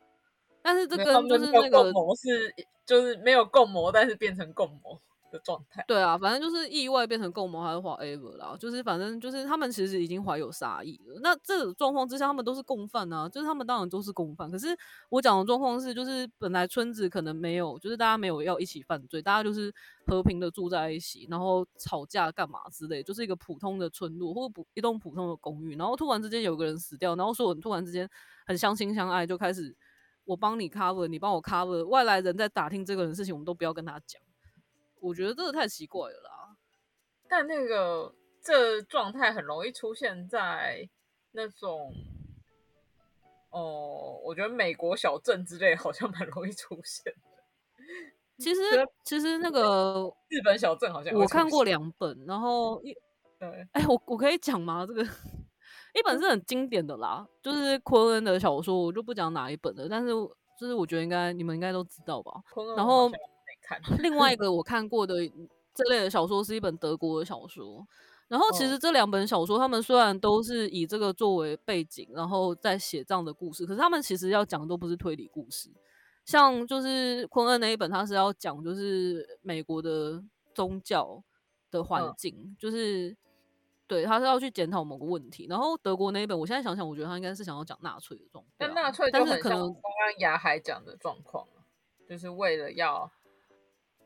C: 但是这
B: 没有他
C: 跟
B: 们
C: 就是
B: 没有
C: 那
B: 共
C: 个
B: 谋是就是没有共谋，但是变成共谋。的状态。
C: 对啊，反正就是意外变成共谋还是 whatever 啦，就是反正就是他们其实已经怀有杀意了。那这种状况之下，他们都是共犯啊，就是他们当然都是共犯。可是我讲的状况是，就是本来村子可能没有，就是大家没有要一起犯罪，大家就是和平的住在一起，然后吵架干嘛之类，就是一个普通的村落或者普一栋普通的公寓，然后突然之间有个人死掉，然后所有人突然之间很相亲相爱，就开始我帮你 cover，你帮我 cover，外来人在打听这个人的事情，我们都不要跟他讲。我觉得这个太奇怪了啦。
B: 但那个这状态很容易出现在那种，哦，我觉得美国小镇之类好像蛮容易出现，
C: 其实
B: 觉得
C: 其实那个
B: 日本小镇好像也会
C: 我看
B: 出
C: 过
B: 现，
C: 两本，然后一
B: 对，
C: 哎，我我可以讲吗？这个一本是很经典的啦，就是昆恩的小说，我就不讲哪一本了，但是就是我觉得应该你们应该都知道吧。
B: 昆恩
C: 然
B: 我好
C: 后
B: 像没看，
C: 另外一个我看过的这类的小说是一本德国的小说。然后其
B: 哦
C: 实这两本小说，他们虽然都是以这个作为背景，然后再写这样的故事，可是他们其实要讲的都不是推理故事。像就是昆恩那一本，他是要讲就是美国的宗教的环
B: 嗯
C: 境，就是对他是要去检讨某个问题。然后德国那一本，我现在想想，我觉得他应该是想要讲纳粹的状
B: 但
C: 况，
B: 纳粹就
C: 但是
B: 很
C: 可
B: 像
C: 能
B: 刚刚牙海讲的状况啊，就是为了要，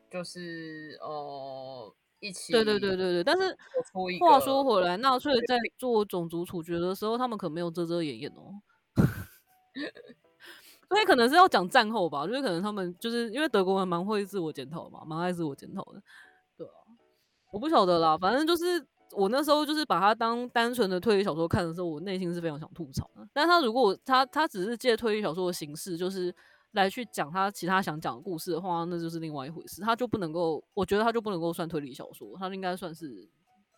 B: 就是呃一起，
C: 对对对对对，但是
B: 做出一
C: 话
B: 个
C: 说回来，纳粹在做种族处决的时候，他们可没有遮遮掩掩哦。 [LAUGHS] 所以可能是要讲战后吧，就是可能他们就是因为德国人蛮会自我检讨嘛，蛮爱自我检讨的，对啊，我不晓得啦，反正就是我那时候就是把它当单纯的推理小说看的时候，我内心是非常想吐槽的。但他如果他他只是借推理小说的形式，就是来去讲他其他想讲的故事的话，那就是另外一回事，他就不能够，我觉得他就不能够算推理小说，他应该算是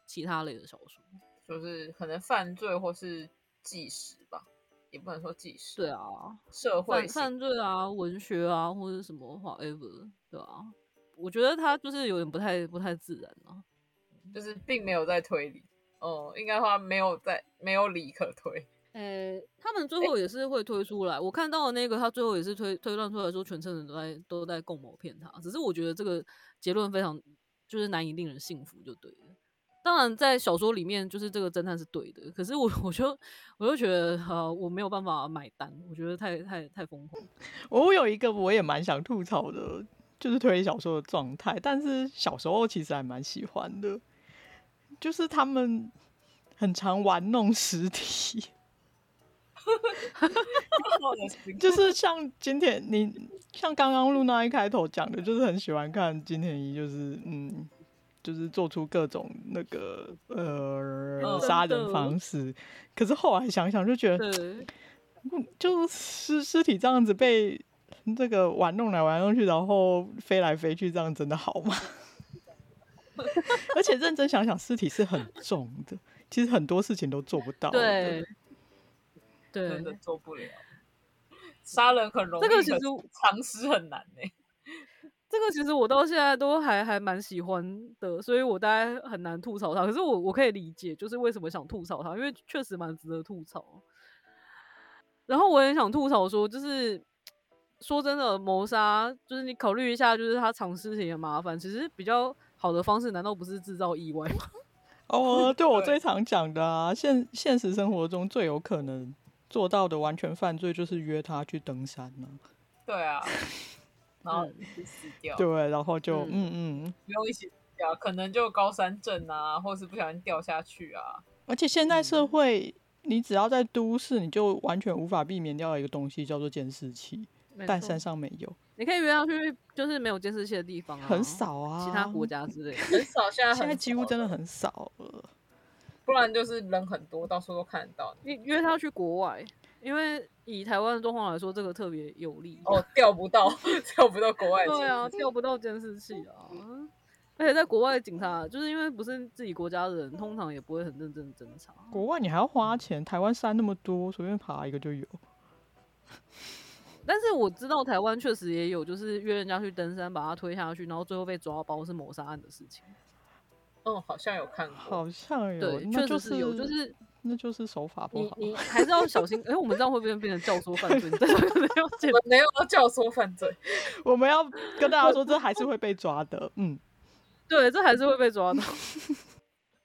C: 其他类的小说。
B: 就是可能犯罪或是纪实吧，也不能说纪实，
C: 对，啊，
B: 社会
C: 犯
B: 性
C: 犯罪啊、文学啊，或者什么 whatever，对啊，我觉得他就是有点不太不太自然啊。
B: 就是并没有在推理，哦、应该话没有在没有理可推，
C: 诶、呃他们最后也是会推出来。我看到的那个，他最后也是推推断出来说，全村人都在都在共谋骗他。只是我觉得这个结论非常就是难以令人信服，就对了。当然，在小说里面，就是这个侦探是对的，可是我 [LAUGHS] 我就我就觉得，呃，我没有办法买单，我觉得太太太
B: [LAUGHS]
C: 疯狂。
A: 我有一个我也蛮想吐槽的，就是推理小说的状态，但是小时候其实还蛮喜欢的，就是他们很常玩弄实体，
B: [LAUGHS]
A: 就是像今天你像刚刚露娜一开头讲的，就是很喜欢看金田一，就是嗯，就是做出各种那个呃
C: 嗯
A: 杀
C: 真
A: 人
C: 的
A: 方式，可是后来想想就觉得嗯
C: 对，
A: 就尸尸体这样子被这个玩弄来玩弄去，然后飞来飞去，这样真的好吗？ [LAUGHS] 而且认真想想，尸体是很重的，其实很多事情都做不到。
C: 对，对
B: 真，的做不了。杀人很容易，
C: 这个其
B: 可
C: 实
B: 是藏尸很难呢、
C: 这个其实我到现在都还还蛮喜欢的，所以我大概很难吐槽他。可是我我可以理解，就是为什么想吐槽他，因为确实蛮值得吐槽。然后我也想吐槽说，就是说真的，谋杀就是你考虑一下，就是他藏尸体的麻烦，其实比较好的方式，难道不是制造意外吗？ [LAUGHS]
A: 哦，对我最常讲的啊，现现实生活中最有可能做到的完全犯罪，就是约他去登山呢、
B: 对啊，然后就死掉，
A: 对，然后就
C: 嗯
A: 嗯嗯，
B: 不用一起死掉，可能就高山症啊，或是不小心掉下去啊。
A: 而且现代
C: 嗯
A: 社会，你只要在都市，你就完全无法避免掉一个东西，叫做监视器，但山上没有，
C: 你可以约他去，就是没有监视器的地方、啊，
A: 很、少啊，
C: 其他国家之类的。
B: 很少，现在
A: 现在
B: 很
A: 几乎
B: 少
A: 真的
B: 了，
A: 很少了。
B: 不然就是人很多，到处都看得到你。
C: 你约他去国外，因为以台湾的状况来说，这个特别有利。
B: 哦，调不到， [LAUGHS] 调不到国外去。
C: 对啊，调不到监视器啊。而且在国外，警察就是因为不是自己国家的人，通常也不会很认真地侦查。
A: 国外你还要花钱，台湾山那么多，随便爬一个就有。
C: 但是我知道台湾确实也有，就是约人家去登山，把他推下去，然后最后被抓包是谋杀案的事情。
B: 嗯，好像有看过。
A: 好像有，
C: 对，
A: 那
C: 确
A: 就
C: 实是有，就是
A: 那就是手法不
C: 你
A: 好。 [LAUGHS]
C: 你还是要小心。哎、我们这样会不会变成教唆犯罪？你这个可能要
A: [LAUGHS]
C: 检
B: 我没有要教唆犯罪，
A: 我们要跟大家说，这还是会被抓的。嗯，
C: 对，这还是会被抓到。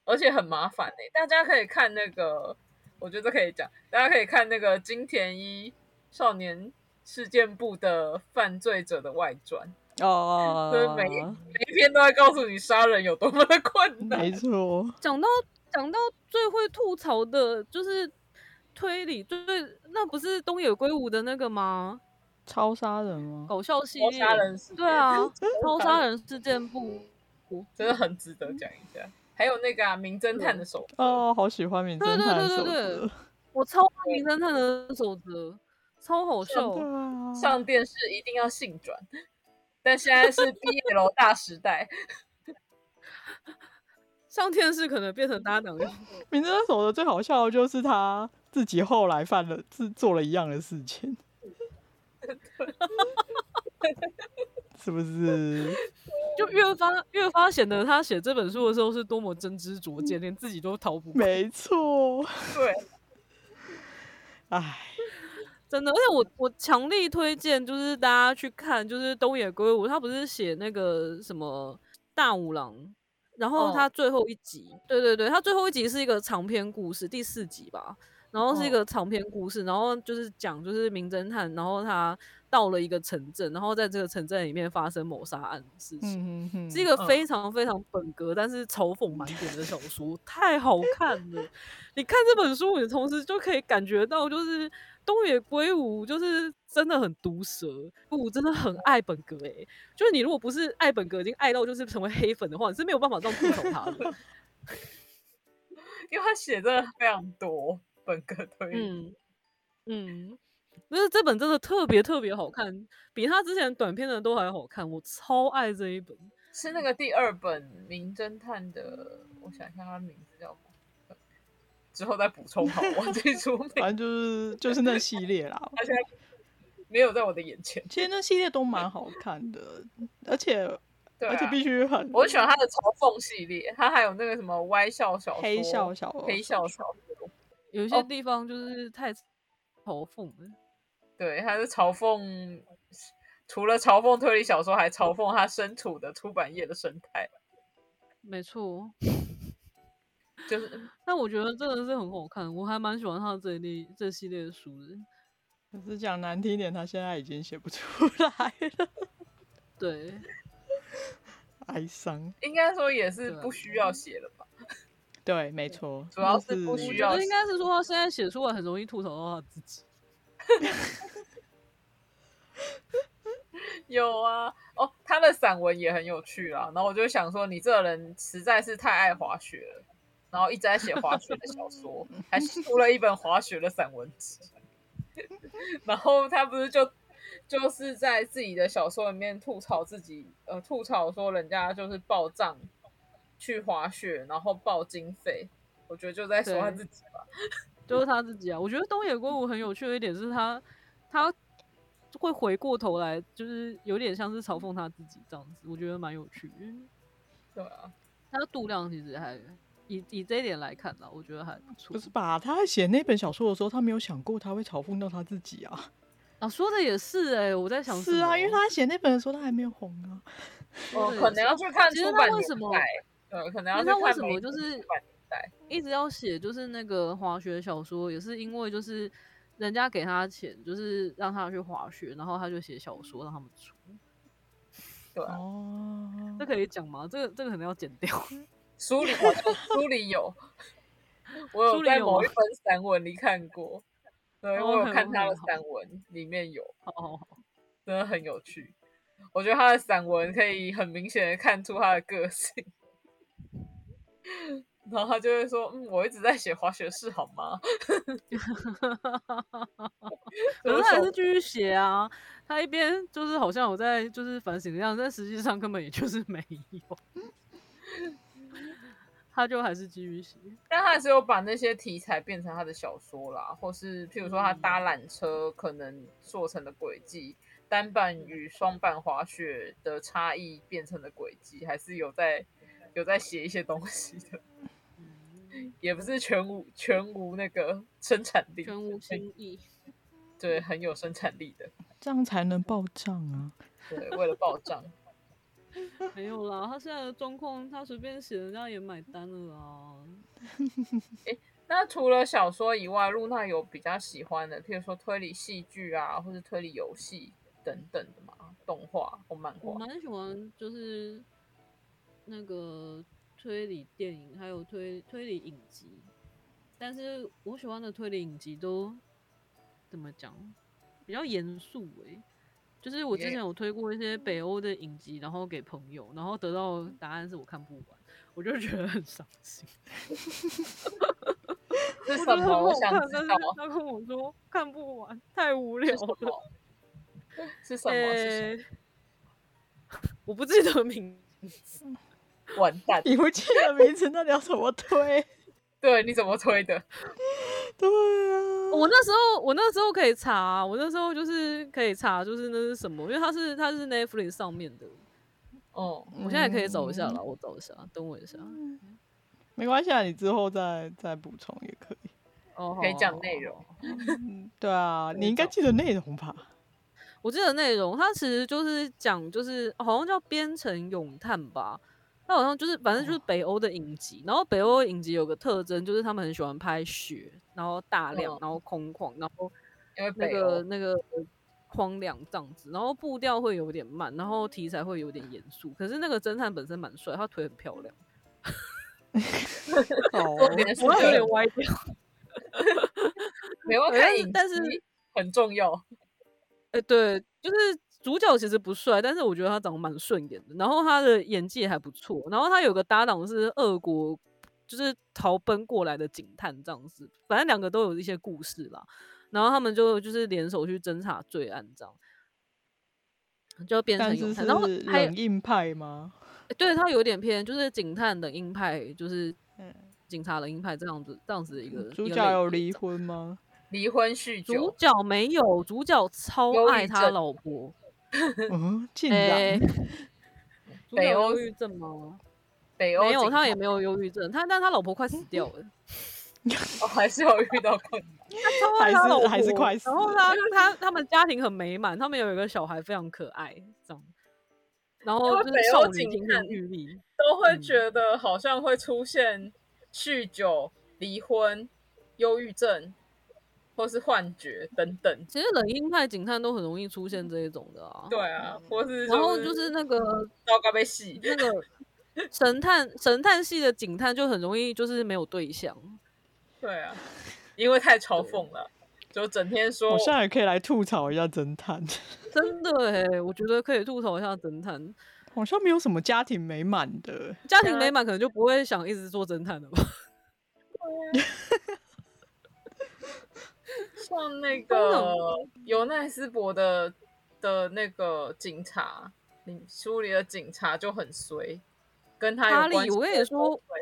B: 而且很麻烦哎、大家可以看那个，我觉得可以讲，大家可以看那个金田一少年事件部的犯罪者的外传，就是
A: 哦，
B: 每一每一篇都在告诉你杀人有多么的困难。
A: 没错，
C: 讲到讲到最会吐槽的，就是推理最那不是东野圭吾的那个吗？
A: 超杀人吗？
C: 搞笑系
B: 超
C: 列，
B: 杀人事件
C: 对啊，超杀人事件簿，
B: 真的很值得讲一下。还有那个、啊、名侦
C: 嗯
B: 探的手册，
A: 哦，好喜欢名
C: 对
A: 侦
C: 对
A: 探
C: 对
A: 守
C: 对对
A: 则，
C: 我超爱名侦探的守则，超好笑。
A: 对啊，
B: 上电视一定要性转，但现在是 BL 大时代，
C: 上电视可能变成搭档用，
A: 名侦探守则最好笑的就是他自己后来犯了自做了一样的事情，是不是？
C: 就越发越发显得他写这本书的时候是多么真知灼见，连自己都逃不过。
A: 没错，
B: 对，
A: 哎，
C: 真的，而且我我强力推荐，就是大家去看，就是东野圭吾，他不是写那个什么大五郎，然后
B: 哦
C: 他最后一集，对对对，他最后一集是一个长篇故事，第四集吧，然后是一
B: 哦
C: 个长篇故事，然后就是讲就是名侦探，然后他到了一个城镇，然后在这个城镇里面发生谋杀案的事情。
A: 嗯哼哼，
C: 是一个
B: 嗯
C: 非常非常本格，但是嘲讽满点的小说， [LAUGHS] 太好看了。你看这本书，你同时就可以感觉到，就是东野圭吾就是真的很毒舌，圭吾真的很爱本格诶、就是你如果不是爱本格，已经爱到就是成为黑粉的话，你是没有办法这样吐槽他 [LAUGHS] 的。
B: 因为他写的非常多本科推理。
C: 嗯嗯，就是这本真的特别特别好看，比他之前短篇的都还好看，我超爱这一本。
B: 是那个第二本《名侦探》的，我想一下，他名字叫什么？之后再补充好了，
A: [LAUGHS]
B: 忘记出名。
A: 反正就是就是那系列啦。
B: 他现在没有在我的眼前。
A: 其实那系列都蛮好看的，而且、
B: 对、啊，
A: 而且必须很
B: 我很喜欢他的嘲讽系列，他还有那个什么歪笑小说、
A: 黑笑、小
B: 黑笑小说。
C: 有一些地方就是太嘲讽了。
B: 对，他是嘲讽，除了嘲讽推理小说，还嘲讽他身处的出版业的生态，
C: 没错，
B: 就是
C: 但我觉得真的是很好看，我还蛮喜欢他这一类这系列的书的。
A: 可是讲难听一点，他现在已经写不出来了，
C: 对，
A: [LAUGHS] 哀伤。
B: 应该说也是
C: 对啊
B: 不需要写了吧。
A: 对，没错，
B: 主要
A: 就是
B: 不需
C: 我
B: 要
C: 觉得应该是说他现在写出来很容易吐槽到他自己。
B: 有啊，哦，他的散文也很有趣啦。然后我就想说，你这个人实在是太爱滑雪了，然后一直在写滑雪的小说，还出了一本滑雪的散文集。然后他不是就就是在自己的小说里面吐槽自己，呃，吐槽说人家就是报账去滑雪，然后报经费。我觉得就在说他
C: 对
B: 自己吧，
C: 就是他自己啊。我觉得东野圭吾很有趣的一点是他，他会回过头来，就是有点像是嘲讽他自己这样子，我觉得蛮有趣的。
B: 对啊，
C: 他的度量其实还以以这一点来看啦，我觉得还不错
A: 不。是吧？他在写那本小说的时候，他没有想过他会嘲讽到他自己啊。
C: 啊，说的也是哎、我在想什
A: 是啊，
C: 么
A: 因为他写那本的时候，他还没有红啊。
B: 哦，
C: 对
B: 可能要去看
C: 其实
B: 出
C: 他
B: 版
C: 为
B: 年
C: 什么
B: 代，对，可能要
C: 那
B: 去
C: 他
B: 看
C: 为什
B: 每一
C: 么
B: 本
C: 就是
B: 出版年代
C: 一直要写就是那个滑雪小说，也是因为就是人家给他钱，就是让他去滑雪，然后他就写小说让他们出，
B: 对啊，
A: 哦，
C: 这可以讲吗？这个这个可能要剪掉。 [LAUGHS]
B: 书里好像书里有，我
C: 书
B: 有
C: 里
B: 在
C: 有
B: 某
C: 吗
B: 一本散文里看过，对
C: 哦
B: 我有
C: 很
B: 看他
C: 好
B: 的
C: 很好
B: 散文，里面有，
C: 好好好，
B: 真的很有趣。我觉得他的散文可以很明显的看出他的个性，然后他就会说：“嗯，我一直在写滑雪式，好
C: [LAUGHS]
B: 吗？” [LAUGHS]
C: 可
B: 左
C: 是他还
B: 手
C: 是继续写啊。他一边就是好像我在就是反省一样，但实际上根本也就是没有。 [LAUGHS] 他就还是继续写，
B: 但他还是有把那些题材变成他的小说啦，或是譬如说他
C: 嗯
B: 搭缆车可能做成的轨迹，单板与双板滑雪的差异变成的轨迹，还是有在有在写一些东西的，也不是全无全无那个生产力，
C: 全无新意。
B: 对，很有生产力的，
A: 这样才能报账啊！
B: 对，为了报账。
C: 没有啦，他现在的状况，他随便写人家也买单了啊。
B: 那除了小说以外，露娜有比较喜欢的，譬如说推理戏剧啊，或是推理游戏等等的嘛，动画或漫
C: 我
B: 画。
C: 蛮喜欢就是那个推理电影，还有推推理影集，但是我喜欢的推理影集都怎么讲，比较严肃诶。就是我之前
B: 也
C: 有推过一些北欧的影集，然后给朋友，然后得到答案是我看不完，我就觉得很伤
B: [LAUGHS]
C: 心。
B: 是什
C: 我觉得很
B: 么？我
C: 好
B: 想
C: 看，但
B: 知
C: 是
B: 道啊
C: 他跟我说看不完，太无聊
B: 是什
C: 了。
B: 么？ [LAUGHS] 是什么？是什
C: 诶 [LAUGHS] 我不记得名
B: 么？完蛋！
A: 你不记得名字，那你要怎么推？ [LAUGHS]
B: 对，你怎么推的？
A: 对啊，
C: 哦我那时候，我那时候可以查啊、我那时候就是可以查，就是那是什么，因为它是它是 Netflix 上面的，
B: 哦，
C: 我现在可以找一下
A: 嗯
C: 了，我找一下，等我一下。
B: 嗯
A: 没关系啊，你之后再再补充也可以。
C: 哦，
B: 可以
C: 好
B: 讲内。容
C: 好好好
A: 嗯，对啊，你应该
C: 找
A: 记得内容吧？
C: 我记得内容，它其实就是讲，就是好像叫边城咏叹吧，它好像就是反
B: 哦
C: 正就是北欧的影集，然后北欧影集有个特征就是他们很喜欢拍雪，然后大量
B: 嗯，
C: 然后空旷，然后
B: 因为
C: 那
B: 北
C: 个
A: 哦
B: 欧
C: 那个荒凉这样子，然后步调会有点慢，然后题材会有点严肃。可是那个侦探本身蛮帅，他腿很漂亮，
A: 哦，
B: 你的数
C: 我
B: 学
C: 有点歪掉。 [LAUGHS]
B: 没有
C: 对
B: 看
C: 但是
B: 影集，
C: 但是
B: 很重要。
C: 哎、对，就是主角其实不帅，但是我觉得他长得蛮顺眼的，然后他的演技也还不错，然后他有个搭档是俄国。就是逃奔过来的警探这样子，反正两个都有一些故事啦。然后他们就就是联手去侦查罪案，这样就变成
A: 但
C: 有
A: 是
C: 他
A: 是
C: 然后还有
A: 冷硬派吗？
C: 对他有点偏，就是警探冷硬派，就是
A: 嗯
C: 警察冷硬派这样子，这样子的一个
A: 主
C: 一个
A: 角
C: 类
A: 有
C: 别
A: 离
C: 这样
A: 婚吗？
B: 离婚酗
C: 主
B: 酒，
C: 角没有，主角超
B: 忧郁
C: 爱他
B: 症
C: 老婆。
A: [LAUGHS] 嗯，竟
C: 哎，
A: [LAUGHS] 然
C: [LAUGHS] 主
B: 北
C: 角有
B: 欧
C: 忧郁症吗？
B: 北欧
C: 没有，
B: 警
C: 他也
B: 察
C: 没有忧郁症，他但他老婆快
A: 嗯
C: 死掉
A: [LAUGHS]
C: 了，
B: 哦还是有遇到困难。
C: 他超
A: 还
C: 爱他
A: 是
C: 老婆，
A: 还是快死
C: 然后他
A: [LAUGHS]
C: 他他们家庭很美满，他们有一个小孩非常可爱，这样。然
B: 因
C: 后
B: 为
C: 就是
B: 北
C: 少
B: 欧
C: 女
B: 警
C: 亭亭
B: 探欸
C: 玉立，
B: 都会
C: 嗯
B: 觉得好像会出现酗酒、离婚、忧郁症，或是幻觉等等。
C: 其实冷硬派警探都很容易出现这一种的啊。
B: 对啊，或是
C: 然后就是那个
B: 糟糕被戏，
C: 那个神探神探系的警探就很容易就是没有对象，
B: 对啊，因为太嘲讽了，就整天说
A: 我现在也可以来吐槽一下侦探， [LAUGHS]
C: 真的哎、我觉得可以吐槽一下侦探，
A: 好像没有什么家庭美满的。
C: 家庭美满可能就不会想一直做侦探了吧？
B: 像那
C: 真
B: 个
C: 的
B: 尤奈斯伯的的那个警察，你书里的警察就很衰，跟他
C: 哈
B: 有
C: 利
B: 关系
C: 我跟你
B: 的都
C: 说
B: 衰，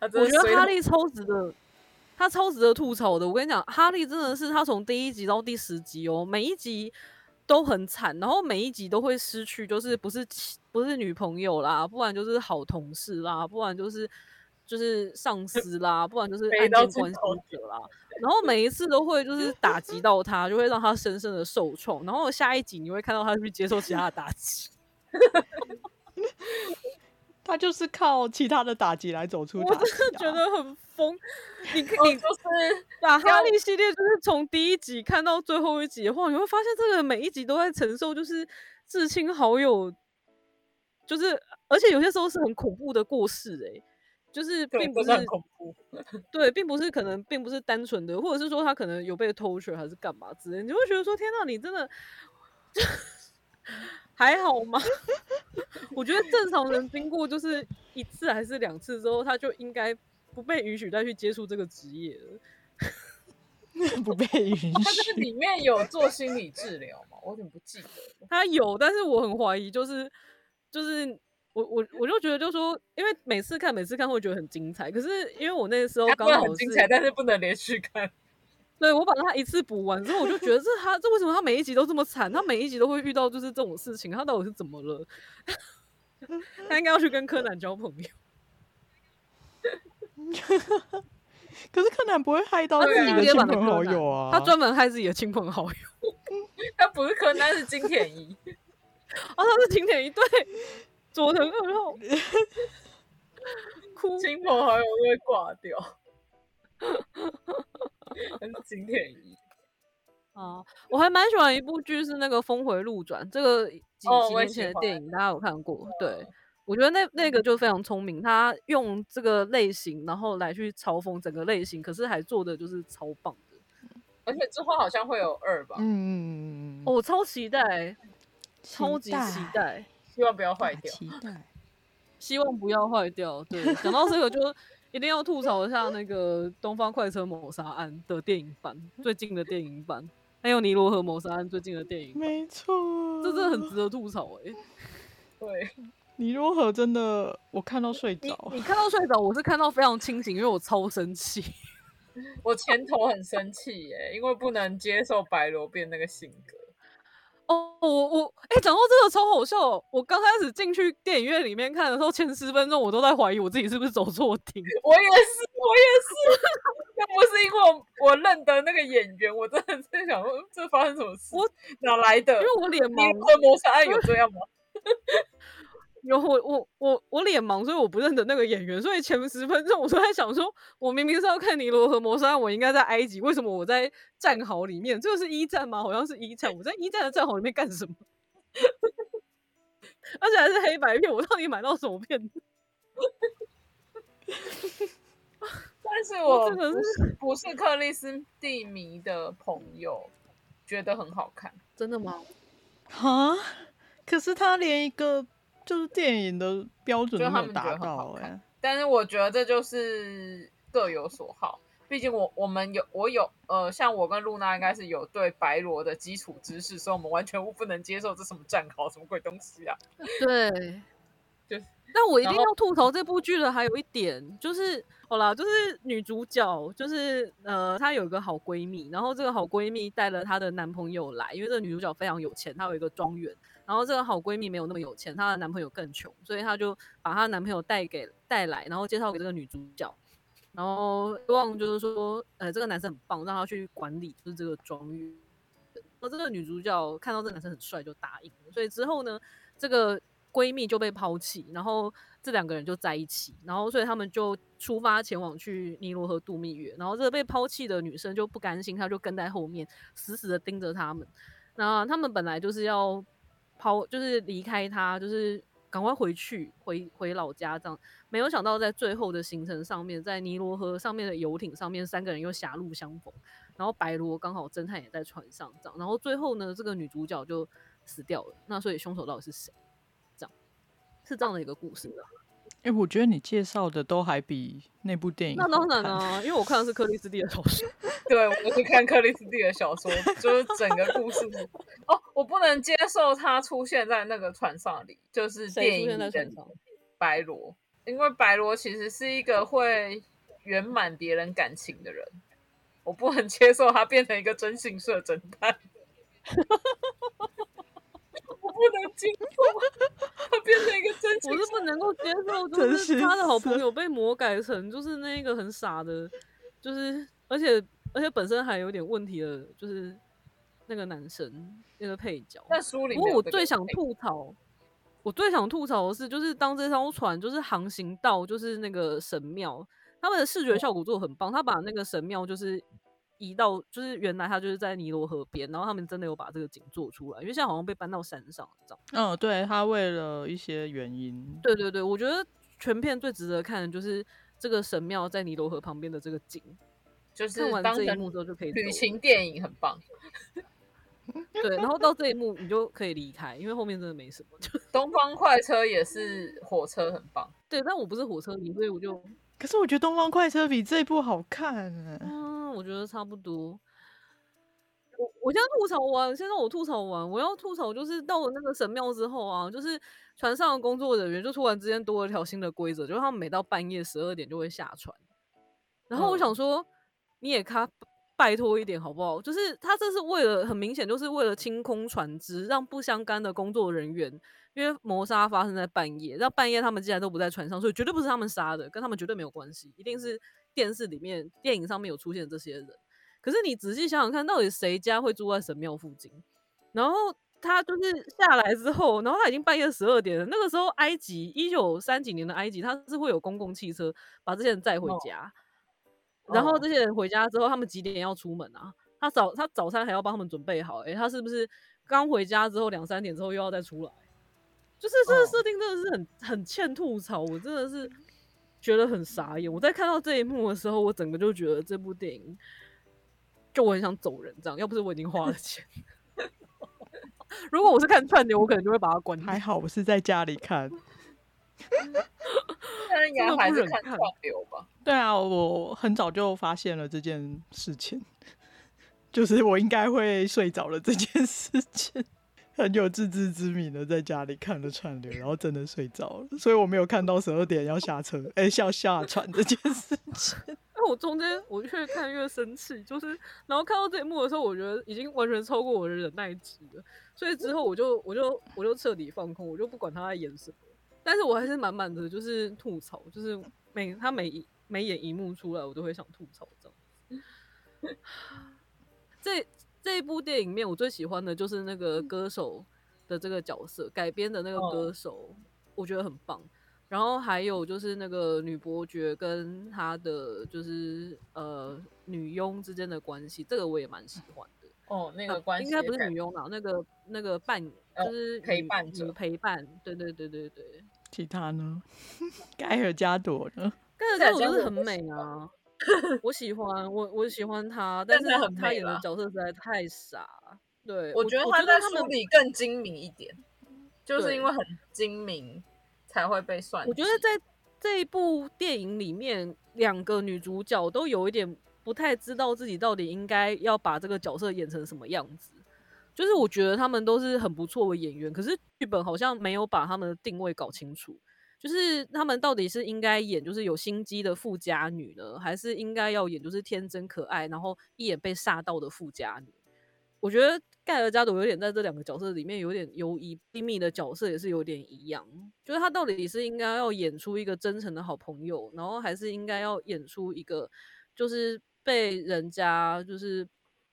B: 他真
C: 我
B: 的
C: 觉
B: 衰
C: 得哈
B: 到
C: 利超值得，他超值得吐槽的。我跟你讲，哈利真的是他从第一集到第十集哦，每一集都很惨，然后每一集都会失去，就是不是妻不是女朋友啦，不然就是好同事啦，不然就是就是上司啦，不然 [LAUGHS] 就是
B: 飞
C: 案
B: 到
C: 件
B: 尽
C: 关系
B: 头
C: 者啦。然后每一次都会就是打击到他，就会让他深深的受创。然后下一集你会看到他去接受其他的打击。
A: 他就是靠其他的打击来走出
C: 我
A: 打击、啊。
C: 真的觉得很疯，你可
B: 哦
C: 你
B: 就是
C: 打哈
B: 要
C: 利系列就是从第一集看到最后一集的话，你会发现这个人每一集都在承受，就是至亲好友，就是而且有些时候是很恐怖的过世诶、就是
B: 对
C: 并不
B: 真的很
C: 是
B: 恐怖，
C: 对，并不是可能并不是单纯的，或者是说他可能有被偷取还是干嘛之类，你就会觉得说天呐，你真的 [LAUGHS] 还好吗？ [LAUGHS] 我觉得正常人经过就是一次还是两次之后，他就应该不被允许再去接触这个职业
A: [LAUGHS]
C: 了。
A: 不被允
B: 他这个
A: 许。
B: 里面有做心理治疗嘛？我有点不记得了。
C: 他有，但是我很怀疑、就是，就是我我我就觉得，就说，因为每次看每次看会觉得很精彩，可是因为我那时候
B: 它
C: 刚
B: 虽然
C: 好
B: 很
C: 是
B: 精彩，但是不能连续看。
C: 对我把它一次补完之后，我就觉得这他这为什么他每一集都这么惨？他每一集都会遇到就是这种事情，他到底是怎么了？ [LAUGHS] 他应该要去跟柯南交朋友，
A: 可是柯南不会害到
C: 他
A: 自
C: 是
A: 己
C: 进
A: 的
C: 阶
A: 亲
C: 版的
A: 朋
C: 柯
A: 好
C: 南
A: 友啊。
C: 他专门害自己的亲朋好友哦 [LAUGHS]
B: 他不是柯南，是金田一。
C: 啊，他是金田一对，
D: 佐藤二
A: [LAUGHS]
D: 号，哭。
B: 亲朋好友都会挂掉，跟景点一样。
C: 哦，我还蛮喜欢一部剧是那个《峰回路转》，这个几
B: 哦
C: 几
B: 我也
C: 年
B: 喜
C: 前的
B: 欢嗯
C: 电影，大家有看过？对，我觉得那那个就非常聪明，他用这个类型，然后来去嘲讽整个类型，可是还做的就是超棒的。
B: 而且之后好像会有二吧，
A: 嗯，
C: 哦，我超期待，超级期
A: 期待，
C: 待，
B: 希望不要坏
A: 大
B: 掉。
A: 期待。
C: 希望不要坏掉。对，讲到这个就一定要吐槽一下那个《东方快车谋杀案》的电影版，最近的电影版，还有《尼罗河谋杀案》最近的电影版，
A: 没错，
C: 这真的很值得吐槽哎、
B: 对，
A: 你如何真的，我看到睡
C: 你
A: 着。
C: 你看到睡着，我是看到非常清醒，因为我超生气。 [LAUGHS]
B: 我前头很生气耶，因为不能接受白罗变那个性格。
C: 哦，我我哎，讲、到这个超好笑哦。我刚开始进去电影院里面看的时候，前十分钟我都在怀疑我自己是不是走错 [LAUGHS] 厅。
B: 我也是，我也是，要不是因为我我认得那个演员，我真的是想说这发生什么事？
C: 我
B: 哪来的？
C: 因为我脸
B: 尼
C: 盲，
B: 罗河谋杀案有这样吗？ [LAUGHS]
C: 有我我我我脸盲，所以我不认得那个演员，所以前十分钟我都在想说，我明明是要看《尼罗河谋杀案》，我应该在埃及，为什么我在战壕里面？这个是一战吗？好像是一战，我在一战的战壕里面干 [LAUGHS] 什么？而且还是黑白片，我到底买到什么片？
B: 但是
C: 我
B: 我
C: 真的
B: 不是不是克里斯蒂迷的朋友觉得很好看，
C: 真的吗？
A: 哈，可是他连一个就是电影的标准
B: 就
A: 都没
B: 他
A: 有
B: 们觉
A: 达
B: 得很好
A: 到哎、
B: 看但是我觉得这就是各有所好。毕竟我我们有我有呃，像我跟露娜应该是有对白罗的基础知识，所以我们完全不能接受这什么战壕什么鬼东西啊！
C: 对，
B: [LAUGHS] 就是
C: 但我一
B: 然
C: 定
B: 后
C: 要吐槽这部剧的还有一点，就是好啦，就是女主角，就是呃，她有一个好闺蜜，然后这个好闺蜜带了她的男朋友来，因为这个女主角非常有钱，她有一个庄园，然后这个好闺蜜没有那么有钱，她的男朋友更穷，所以她就把她男朋友带给带来，然后介绍给这个女主角。然后希望就是说，呃，这个男生很棒，让他去管理就是这个庄园。然后这个女主角看到这个男生很帅，就答应了。所以之后呢，这个闺蜜就被抛弃，然后这两个人就在一起，然后所以他们就出发前往去尼罗河度蜜月。然后这个被抛弃的女生就不甘心，她就跟在后面，死死的盯着他们。那他们本来就是要抛，就是离开他，就是赶快回去回回老家这样。没有想到在最后的行程上面，在尼罗河上面的游艇上面，三个人又狭路相逢。然后白罗刚好侦探也在船上，这样，然后最后呢，这个女主角就死掉了。那所以凶手到底是谁？这样是这样的一个故事的。
A: 哎、我觉得你介绍的都还比那部电影
C: 那当然
A: 了、
C: 啊，因为我看的是克里斯蒂的小说，
B: 对，我是看克里斯蒂的小说，就是整个故事。哦，我不能接受他出现在那个船上里，就是电
C: 谁
B: 影
C: 出现在
B: 里的
C: 船上？
B: 白罗，因为白罗其实是一个会圆满别人感情的人，我不能接受他变成一个真性社侦探。我不能接受他变成一个真性
C: 我是不能够接受，
A: 真
C: 就是是他的好朋
A: 是
C: 友被魔改成就是那个很傻的，就是而且而且本身还有点问题的，就是那个男生那个配角。
B: 那书里面
C: 不过
B: 有
C: 我
B: 这个
C: 最想
B: 配
C: 吐槽，我最想吐槽的是，就是当这艘船就是航行到就是那个神庙，他们的视
B: 嗯
C: 觉效果做的很棒，他把那个神庙就是移到，就是原来他就是在尼罗河边，然后他们真的有把这个景做出来，因为现在好像被搬到山上了这样。
A: 嗯，对他为了一些原因，
C: 对对对，我觉得全片最值得看的就是这个神庙在尼罗河旁边的这个景，
B: 就是
C: 看完
B: 当
C: 这一
B: 成
C: 幕之后就可以
B: 旅
C: 走
B: 行电影很棒，
C: 对，然后到这一幕你就可以离开，因为后面真的没什么。 [LAUGHS] 就
B: 东方快车也是火车很棒。
C: 对，但我不是火车迷，所以我就
A: 可是我觉得《东方快车》比这部好看、欸。
C: 嗯，我觉得差不多。我我现在吐槽完，现在我吐槽完，我要吐槽就是到了那个神庙之后啊，就是船上的工作人员就突然之间多了一条新的规则，就是他们每到半夜十二点就会下船。然后我想说，你也咖拜托一点好不好？就是他这是为了很明显就是为了清空船只，让不相干的工作人员，因为谋杀发生在半夜，那半夜他们既然都不在船上，所以绝对不是他们杀的，跟他们绝对没有关系，一定是电视里面、电影上面有出现这些人。可是你仔细想想看，到底谁家会住在神庙附近？然后他就是下来之后，然后他已经半夜十二点了。那个时候，埃及一九三几年的埃及，他是会有公共汽车把这些人载回
B: 哦
C: 家，然后
B: 哦
C: 这些人回家之后，他们几点要出门啊？他早他早餐还要帮他们准备好、欸，他是不是刚回家之后两三点之后又要再出来？就是这个
B: 哦
C: 设定真的是很很欠吐槽，我真的是觉得很傻眼。我在看到这一幕的时候，我整个就觉得这部电影就我很想走人，这样要不是我已经花了钱。 [LAUGHS] 如果我是看串流，我可能就会把它关掉
A: 还。好我是在家里看。
B: 但应
C: 真
B: 该
C: 的
B: 还
C: 不
B: 是
C: 忍
B: 看
C: 看
B: 串流吧。
A: 对啊，我很早就发现了这件事情， [LAUGHS] 就是我应该会睡着了这件事情，很有自知之明的在家里看了串流，然后真的睡着了，所以我没有看到十二点要下车，哎、要下船这件事情。 [LAUGHS]
C: 那我中间我越看越生气，就是然后看到这一幕的时候，我觉得已经完全超过我的忍耐值了，所以之后我就我就我就彻底放空，我就不管他在演什么，但是我还是满满的就是吐槽，就是每他每一每演一幕出来，我都会想吐槽这样子。 [LAUGHS] 这这一部电影里面，我最喜欢的就是那个歌手的这个角色改编的那个
B: 哦
C: 歌手，我觉得很棒。然后还有就是那个女伯爵跟她的就是呃女佣之间的关系，这个我也蛮喜欢的。
B: 哦，那
C: 呃
B: 个关系
C: 应该不
B: 也
C: 是
B: 感
C: 女佣啦，那个那个伴
B: 呃
C: 就是
B: 陪
C: 女
B: 伴
C: 女
B: 者
C: 陪伴，对对对对对。
A: 其他呢？盖尔加朵呢？
B: 这
C: 但是
B: 两家
C: 我觉
B: 我
C: 得
B: 都
C: 很
B: 喜
C: 美啊，我喜欢我我喜欢她，但
B: 但
C: 是
B: 她很
C: 她
B: 美
C: 演的
B: 啦
C: 角色实在太傻。对，
B: 我
C: 我
B: 觉得
C: 我
B: 他在
C: 他
B: 书
C: 们，
B: 里更精明一点，就是因
C: 对
B: 为很精明才会被算计。
C: 我觉得在这一部电影里面，两个女主角都有一点不太知道自己到底应该要把这个角色演成什么样子。就是我觉得他们都是很不错的演员，可是剧本好像没有把他们的定位搞清楚。就是他们到底是应该演就是有心机的富家女呢，还是应该要演就是天真可爱，然后一眼被吓到的富家女？我觉得盖尔加朵有点在这两个角色里面有点犹疑，蒂米的角色也是有点一样，就是他到底是应该要演出一个真诚的好朋友，然后还是应该要演出一个就是被人家就是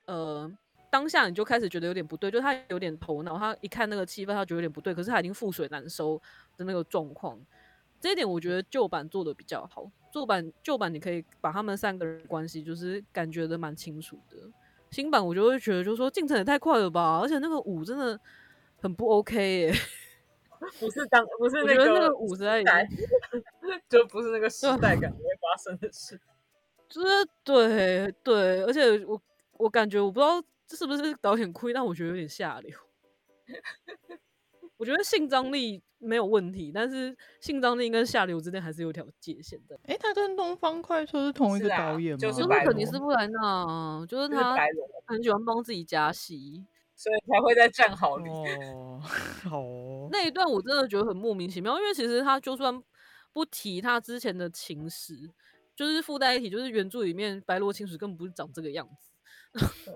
C: 呃。当下你就开始觉得有点不对，就他有点头脑，他一看那个气氛，他觉得有点不对，可是他已经覆水难收的那个状况，这一点我觉得旧版做的比较好。旧版旧版你可以把他们三个人的关系就是感觉的蛮清楚的，新版我就会觉得就说进程也太快了吧，而且那个舞真的很不 OK 耶、
B: 不是当不是
C: 我
B: 那
C: 觉
B: 个
C: 得那个舞实在已经
B: 代，就不是那个时代感会发生的事。
C: 就是对对，而且我我感觉我不知道这是不是导演故意，但我觉得有点下流。我觉得性张力没有问题，但是性张力跟下流之间还是有一条界限的。
A: 哎、他跟《东方快车》是同一
B: 是
A: 个
B: 啊
A: 导演吗？
B: 就是
C: 就是
B: 白
C: 肯定
B: 罗
C: 是布莱纳啊，就是
B: 就是
C: 他
B: 白罗，
C: 很喜欢帮自己加戏。
B: 所以才会在战壕里。
A: 哦，好哦。
C: 那一段我真的觉得很莫名其妙，因为其实他就算不提他之前的情史，就是附带一提，就是原著里面白罗青史根本不是长这个样子。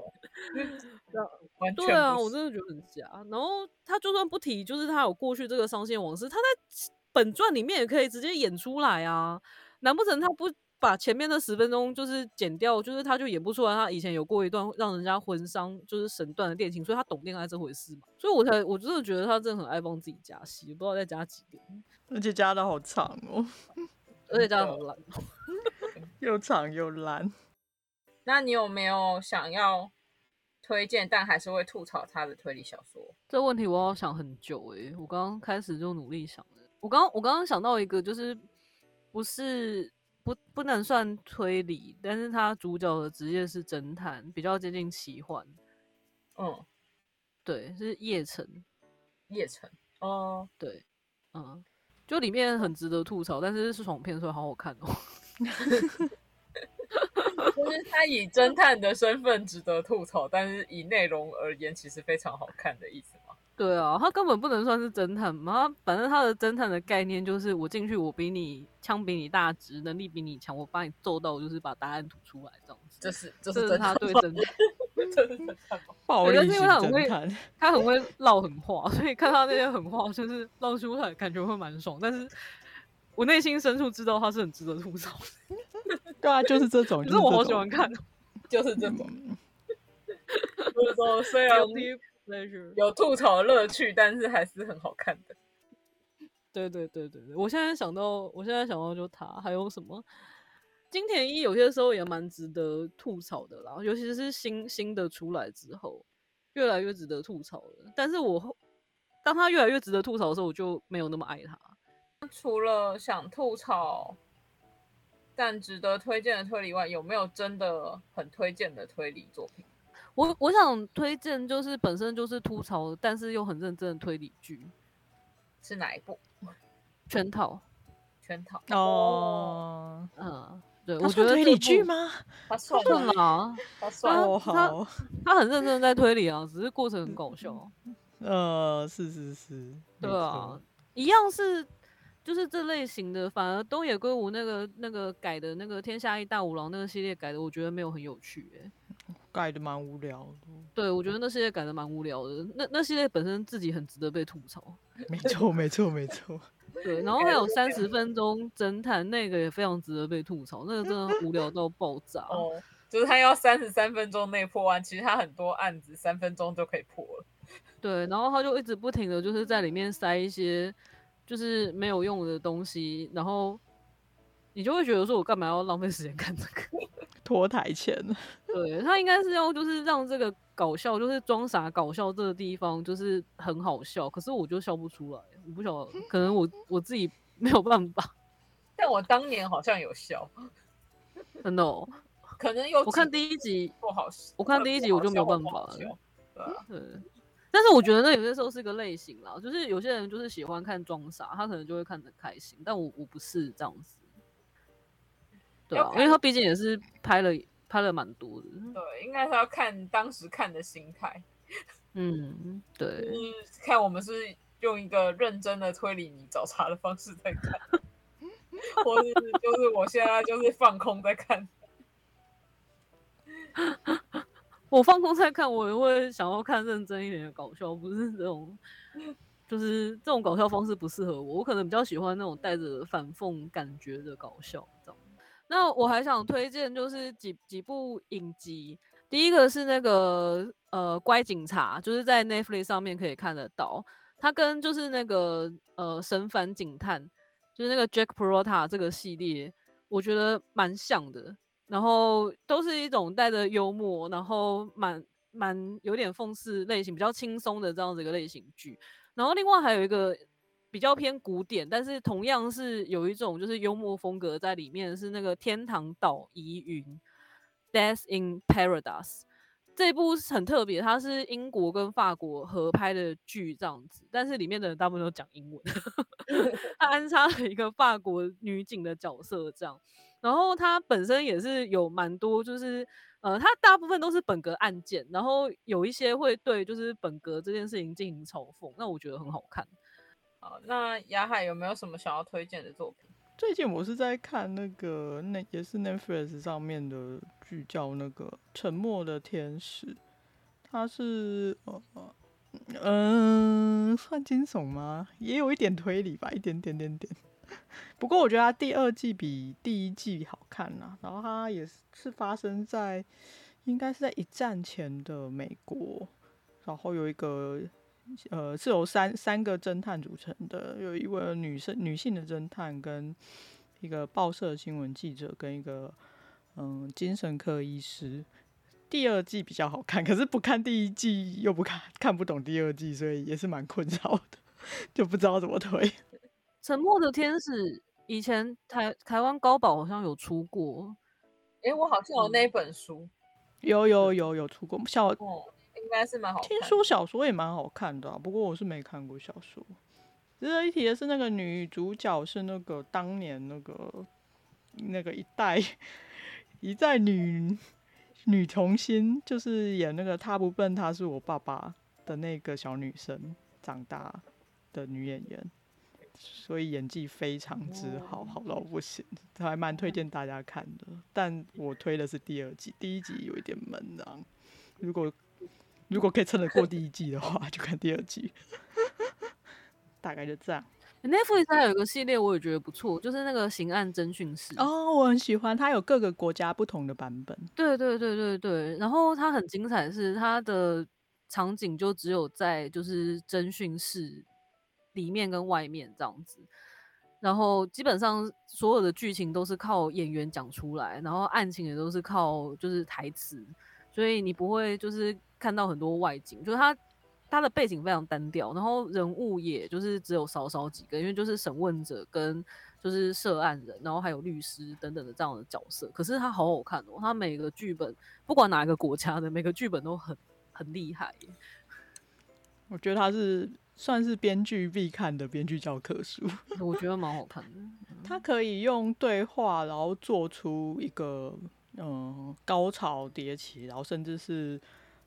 B: [LAUGHS] 完全
C: 对啊，
B: 不
C: 我
B: 是
C: 真的觉得很假。然后他就算不提，就是他有过去这个上线往事，他在本传里面也可以直接演出来啊。难不成他不把前面的十分钟就是剪掉，就是他就演不出来他以前有过一段让人家婚丧就是神断的恋情，所以他懂恋爱这回事嘛？所以我才我真的觉得他真的很爱帮自己加戏，不知道再加几点，
A: 而且加的好长哦，
C: 而且加的
B: 的
C: 好烂。
A: 又长又烂。
B: 那你有没有想要推荐但还是会吐槽他的推理小说？
C: 这问题我要想很久诶、我刚刚开始就努力想了。我刚我刚刚想到一个，就是不是不不能算推理，但是他主角的职业是侦探，比较接近奇幻，
B: 嗯，
C: 对，是夜城，
B: 叶城。哦，
C: 对，嗯，就里面很值得吐槽，但是是爽片，所以好好看哦。 [LAUGHS]
B: 就是他以侦探的身份值得吐槽，但是以内容而言，其实非常好看的意思吗？
C: 对啊，他根本不能算是侦探嘛，他反正他的侦探的概念就是我进去，我比你枪比你大只，能力比你强，我把你揍到，就是把答案吐出来这样子。
B: 这 [LAUGHS] 是这
C: 这
B: 是
C: 是
B: 侦
C: 他
B: 探
C: 对
B: 吗，
C: 侦探。
B: 这是侦探吗？
A: 暴
C: 觉得
A: 力
C: 是因
A: 型
C: 为他很会
A: 侦探，
C: 他很会唠狠话，所以看到那些狠话，就是唠出来感觉会蛮爽。但是我内心深处知道他是很值得吐槽，
A: [LAUGHS] 对啊，就是这种，
C: 可
A: 就是是
C: 我
A: 这
C: 好喜
A: 种
C: 欢看。
B: 嗯就是这种。就是说，虽然
C: 啊有第一 pleasure。
B: 有吐槽的乐趣，但是还是很好看的。
C: 对对对对对，我现在想到，我现在想到就他，还有什么？金田一有些时候也蛮值得吐槽的啦，尤其是新新的出来之后，越来越值得吐槽了。但是我后当他越来越值得吐槽的时候，我就没有那么爱他。
B: 除了想吐槽但值得推荐的推理外，有没有真的很推荐的推理作品？
C: 我我想推荐就是本身就是吐槽，但是又很认真的推理剧
B: 是哪一部？
C: 圈套。
B: 圈套，
A: 哦，
C: 嗯，对，
A: 它
C: 我觉
A: 算
C: 得
A: 推
C: 这
A: 理剧
C: 部
A: 吗？
B: 他算
C: 算
B: 了，
C: 啦，
B: 他算了。
A: 哦，
C: 它
A: 好，
C: 他很认真地在推理啊，只是过程很搞笑。啊
A: 呃，是是是，嗯没
C: 对啊
A: 错，，
C: 一样是就是这类型的，反而东野圭吾那个那个改的那个《天下一大五郎》那个系列改的，我觉得没有很有趣、欸。
A: 盖的蛮无聊的，
C: 对我觉得那系列改的蛮无聊的，那那系列本身自己很值得被吐槽。
A: 没错没错没 [LAUGHS] 错，
C: 对，然后还有三十分钟侦探那个也非常值得被吐槽，那个真 [LAUGHS] 的无聊到爆炸。
B: 哦，就是他要三十三分钟内破案，其实他很多案子三分钟就可以破了。
C: 对，然后他就一直不停的就是在里面塞一些就是没有用的东西，然后你就会觉得说我干嘛要浪费时间看这个？ [LAUGHS]
A: 拖台前，
C: 对他应该是要就是让这个搞笑，就是装傻搞笑这个地方就是很好笑，可是我就笑不出来，我不晓得，可能我我自己没有办法，
B: 但我当年好像有笑，
C: 真的哦、
B: 可能有
C: 我哦看
B: 一
C: 第一集，
B: 不好，
C: 我看第一集我就没有办法
B: 好
C: 了
B: 笑。对啊，
C: 对，但是我觉得那有些时候是个类型啦，就是有些人就是喜欢看装傻，他可能就会看得开心，但我我不是这样子。对
B: 要
C: 啊，
B: 看
C: 因为他毕竟也是拍了拍了蛮多的，
B: 对，应该是要看当时看的心态，
C: 嗯，
B: 就
C: 对，
B: 是看我们是用一个认真的推理你找茬的方式在看，或是就是我现在就是放空在看。
C: 我放空在看，我也会想要看认真一点的搞笑，不是这种，就是这种搞笑方式不适合我。我可能比较喜欢那种带着反讽感觉的搞笑，这样。那我还想推荐就是几几部影集，第一个是那个呃《乖警察》，就是在 Netflix 上面可以看得到，它跟就是那个呃《神烦警探》，就是那个 Jack Prota 这个系列，我觉得蛮像的。然后都是一种带着幽默，然后蛮蛮有点讽刺类型，比较轻松的这样子一个类型剧。然后另外还有一个比较偏古典，但是同样是有一种就是幽默风格在里面，是那个《天堂岛疑云》（Death in Paradise）。这部是很特别，它是英国跟法国合拍的剧这样子，但是里面的人大部分都讲英文。 [LAUGHS] 他安插了一个法国女警的角色这样，然后它本身也是有蛮多，就是呃，它大部分都是本格案件，然后有一些会对就是本格这件事情进行嘲讽，那我觉得很好看。
B: 好，那雅海有没有什么想要推荐的作品？
A: 最近我是在看那个那也是 Netflix 上面的剧，叫那个《沉默的天使》，它是呃嗯、呃算惊悚吗？也有一点推理吧，一点点点点。不过我觉得它第二季比第一季好看啦、然后它也是是发生在应该是在一战前的美国，然后有一个呃，是由三三个侦探组成的，有一位女生女性的侦探，跟一个报社新闻记者，跟一个嗯精神科医师。第二季比较好看，可是不看第一季又不看看不懂第二季，所以也是蛮困扰的， [LAUGHS] 就不知道怎么推。
C: 沉默的天使以前台台湾高宝好像有出过，
B: 诶，我好像有
C: 嗯
B: 那一本书，
A: 有有有有出过小，
B: 哦、应该是蛮好看的。
A: 听说小说也蛮好看的啊、不过我是没看过小说。值得一提的是，那个女主角是那个当年那个那个一代 [LAUGHS] 一代女女童星，就是演那个《他不笨，他是我爸爸》的那个小女生长大的女演员，所以演技非常之好，好到不行，还蛮推荐大家看的。但我推的是第二季，第一集有一点闷啊。如果如果可以撑得过第一季的话， [LAUGHS] 就看第二季。大概就这样。
C: 欸 Netflix 还有一个系列我也觉得不错，就是那个刑案侦讯室。
A: 哦，我很喜欢，它有各个国家不同的版本。
C: 对对对对对，然后它很精彩的是它的场景就只有在就是侦讯室里面跟外面这样子。然后基本上所有的剧情都是靠演员讲出来，然后案情也都是靠就是台词，所以你不会就是看到很多外景，就是它它的背景非常单调，然后人物也就是只有少少几个，因为就是审问者跟就是涉案人，然后还有律师等等的这样的角色。可是它好好看哦，它每个剧本不管哪一个国家的每个剧本都很很厉害耶，
A: 我觉得他是算是编剧必看的编剧教科 [LAUGHS] 书，
C: [LAUGHS] 我觉得蛮好看的。
A: 他可以用对话，然后做出一个嗯高潮迭起，然后甚至是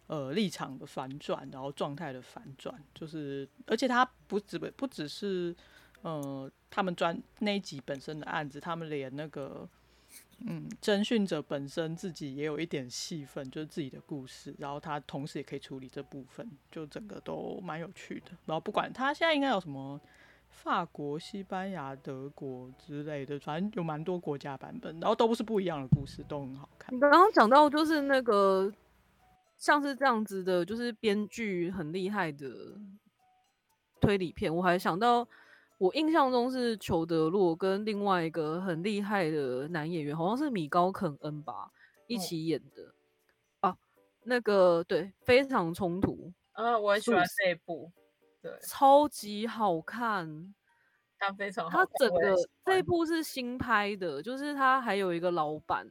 A: 呃立场的反转，然后状态的反转，就是而且他不只不只是呃他们专那一集本身的案子，他们连那个。嗯，侦讯者本身自己也有一点戏份，就是自己的故事，然后他同时也可以处理这部分，就整个都蛮有趣的。然后不管他现在应该有什么法国、西班牙、德国之类的，反正有蛮多国家版本，然后都不是不一样的故事，都很好看。
C: 你刚刚讲到就是那个像是这样子的，就是编剧很厉害的推理片，我还想到我印象中是裘德洛跟另外一个很厉害的男演员，好像是米高肯恩吧，一
B: 哦
C: 起演的、啊，那个对，非常冲突，
B: 呃，我很喜
C: 素
B: 欢
C: 食
B: 这一部，对，
C: 超级好看。
B: 它非常好
C: 它
B: 看。
C: 整
B: 我也
C: 个
B: 喜
C: 这
B: 欢
C: 一部是新拍的，就是它还有一个老版，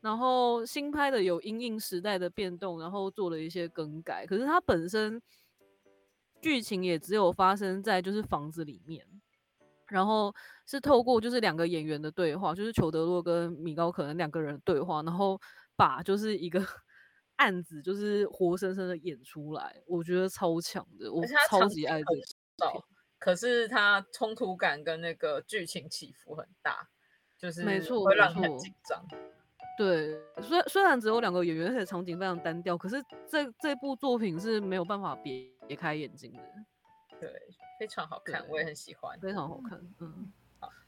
C: 然后新拍的有因应时代的变动，然后做了一些更改。可是它本身剧情也只有发生在就是房子里面，然后是透过就是两个演员的对话，就是裘德洛跟米高可能两个人的对话，然后把就是一个 [LAUGHS] 案子就是活生生的演出来，我觉得超强的，我
B: 而且它
C: 超
B: 场
C: 级
B: 景
C: 爱这
B: 很
C: 个
B: 少，可是它冲突感跟那个剧情起伏很大，就是
C: 没错
B: 会
C: 没
B: 让你很
C: 错
B: 紧张。
C: 对，虽虽然只有两个演员，而且场景非常单调，可是这这部作品是没有办法别别开眼睛的，
B: 对，非常好看，我也很喜欢。
C: 非常好看。嗯，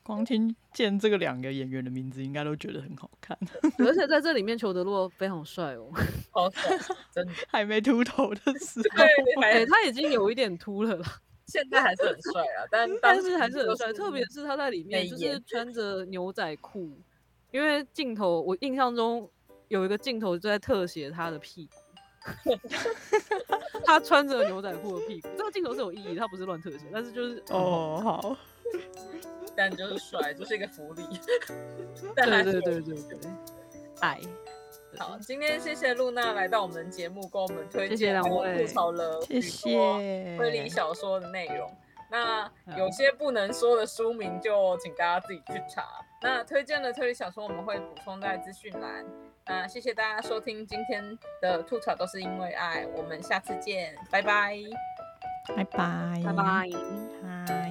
A: 光听见这个两个演员的名字，应该都觉得很好看。
C: 对而且在这里面，裘德洛非常帅哦，
B: 好
C: [LAUGHS]
B: 爽，真的。
A: 还没秃头的时候，
B: 对，
C: 哎、
B: 还
C: 他已经有一点秃了啦，
B: 现在还是很帅啊，但
C: 但
B: 当
C: 是
B: 时
C: 还是
B: 就
C: 很帅，特别是他在里面
B: 美
C: 就
B: 颜
C: 是穿着牛仔裤，因为镜头我印象中有一个镜头就在特写他的屁股。他穿着牛仔裤的屁股，这个镜头是有意义，他不是乱特写，但是就是很好
A: 哦，好，
B: 但就是帅，就是一个
C: [LAUGHS]
B: 福利。但还
C: 对
B: 是
C: 对
B: 有
C: 对
B: 趣
C: 对对，爱。
B: 好，今天谢谢露娜来到我们的节目，跟我们推
C: 谢
B: 荐
C: 谢两
B: 还有
C: 位
B: 吐槽了
A: 谢
B: 许多
A: 谢。
B: 推理小说的内容。那有
C: 好
B: 些不能说的书名，就请大家自己去查。那推荐的推理小说，我们会补充在资讯栏。那谢谢大家收听今天的吐槽，都是因为爱。我们下次见，拜拜。
A: 拜拜，
C: 拜拜。
A: 嗨。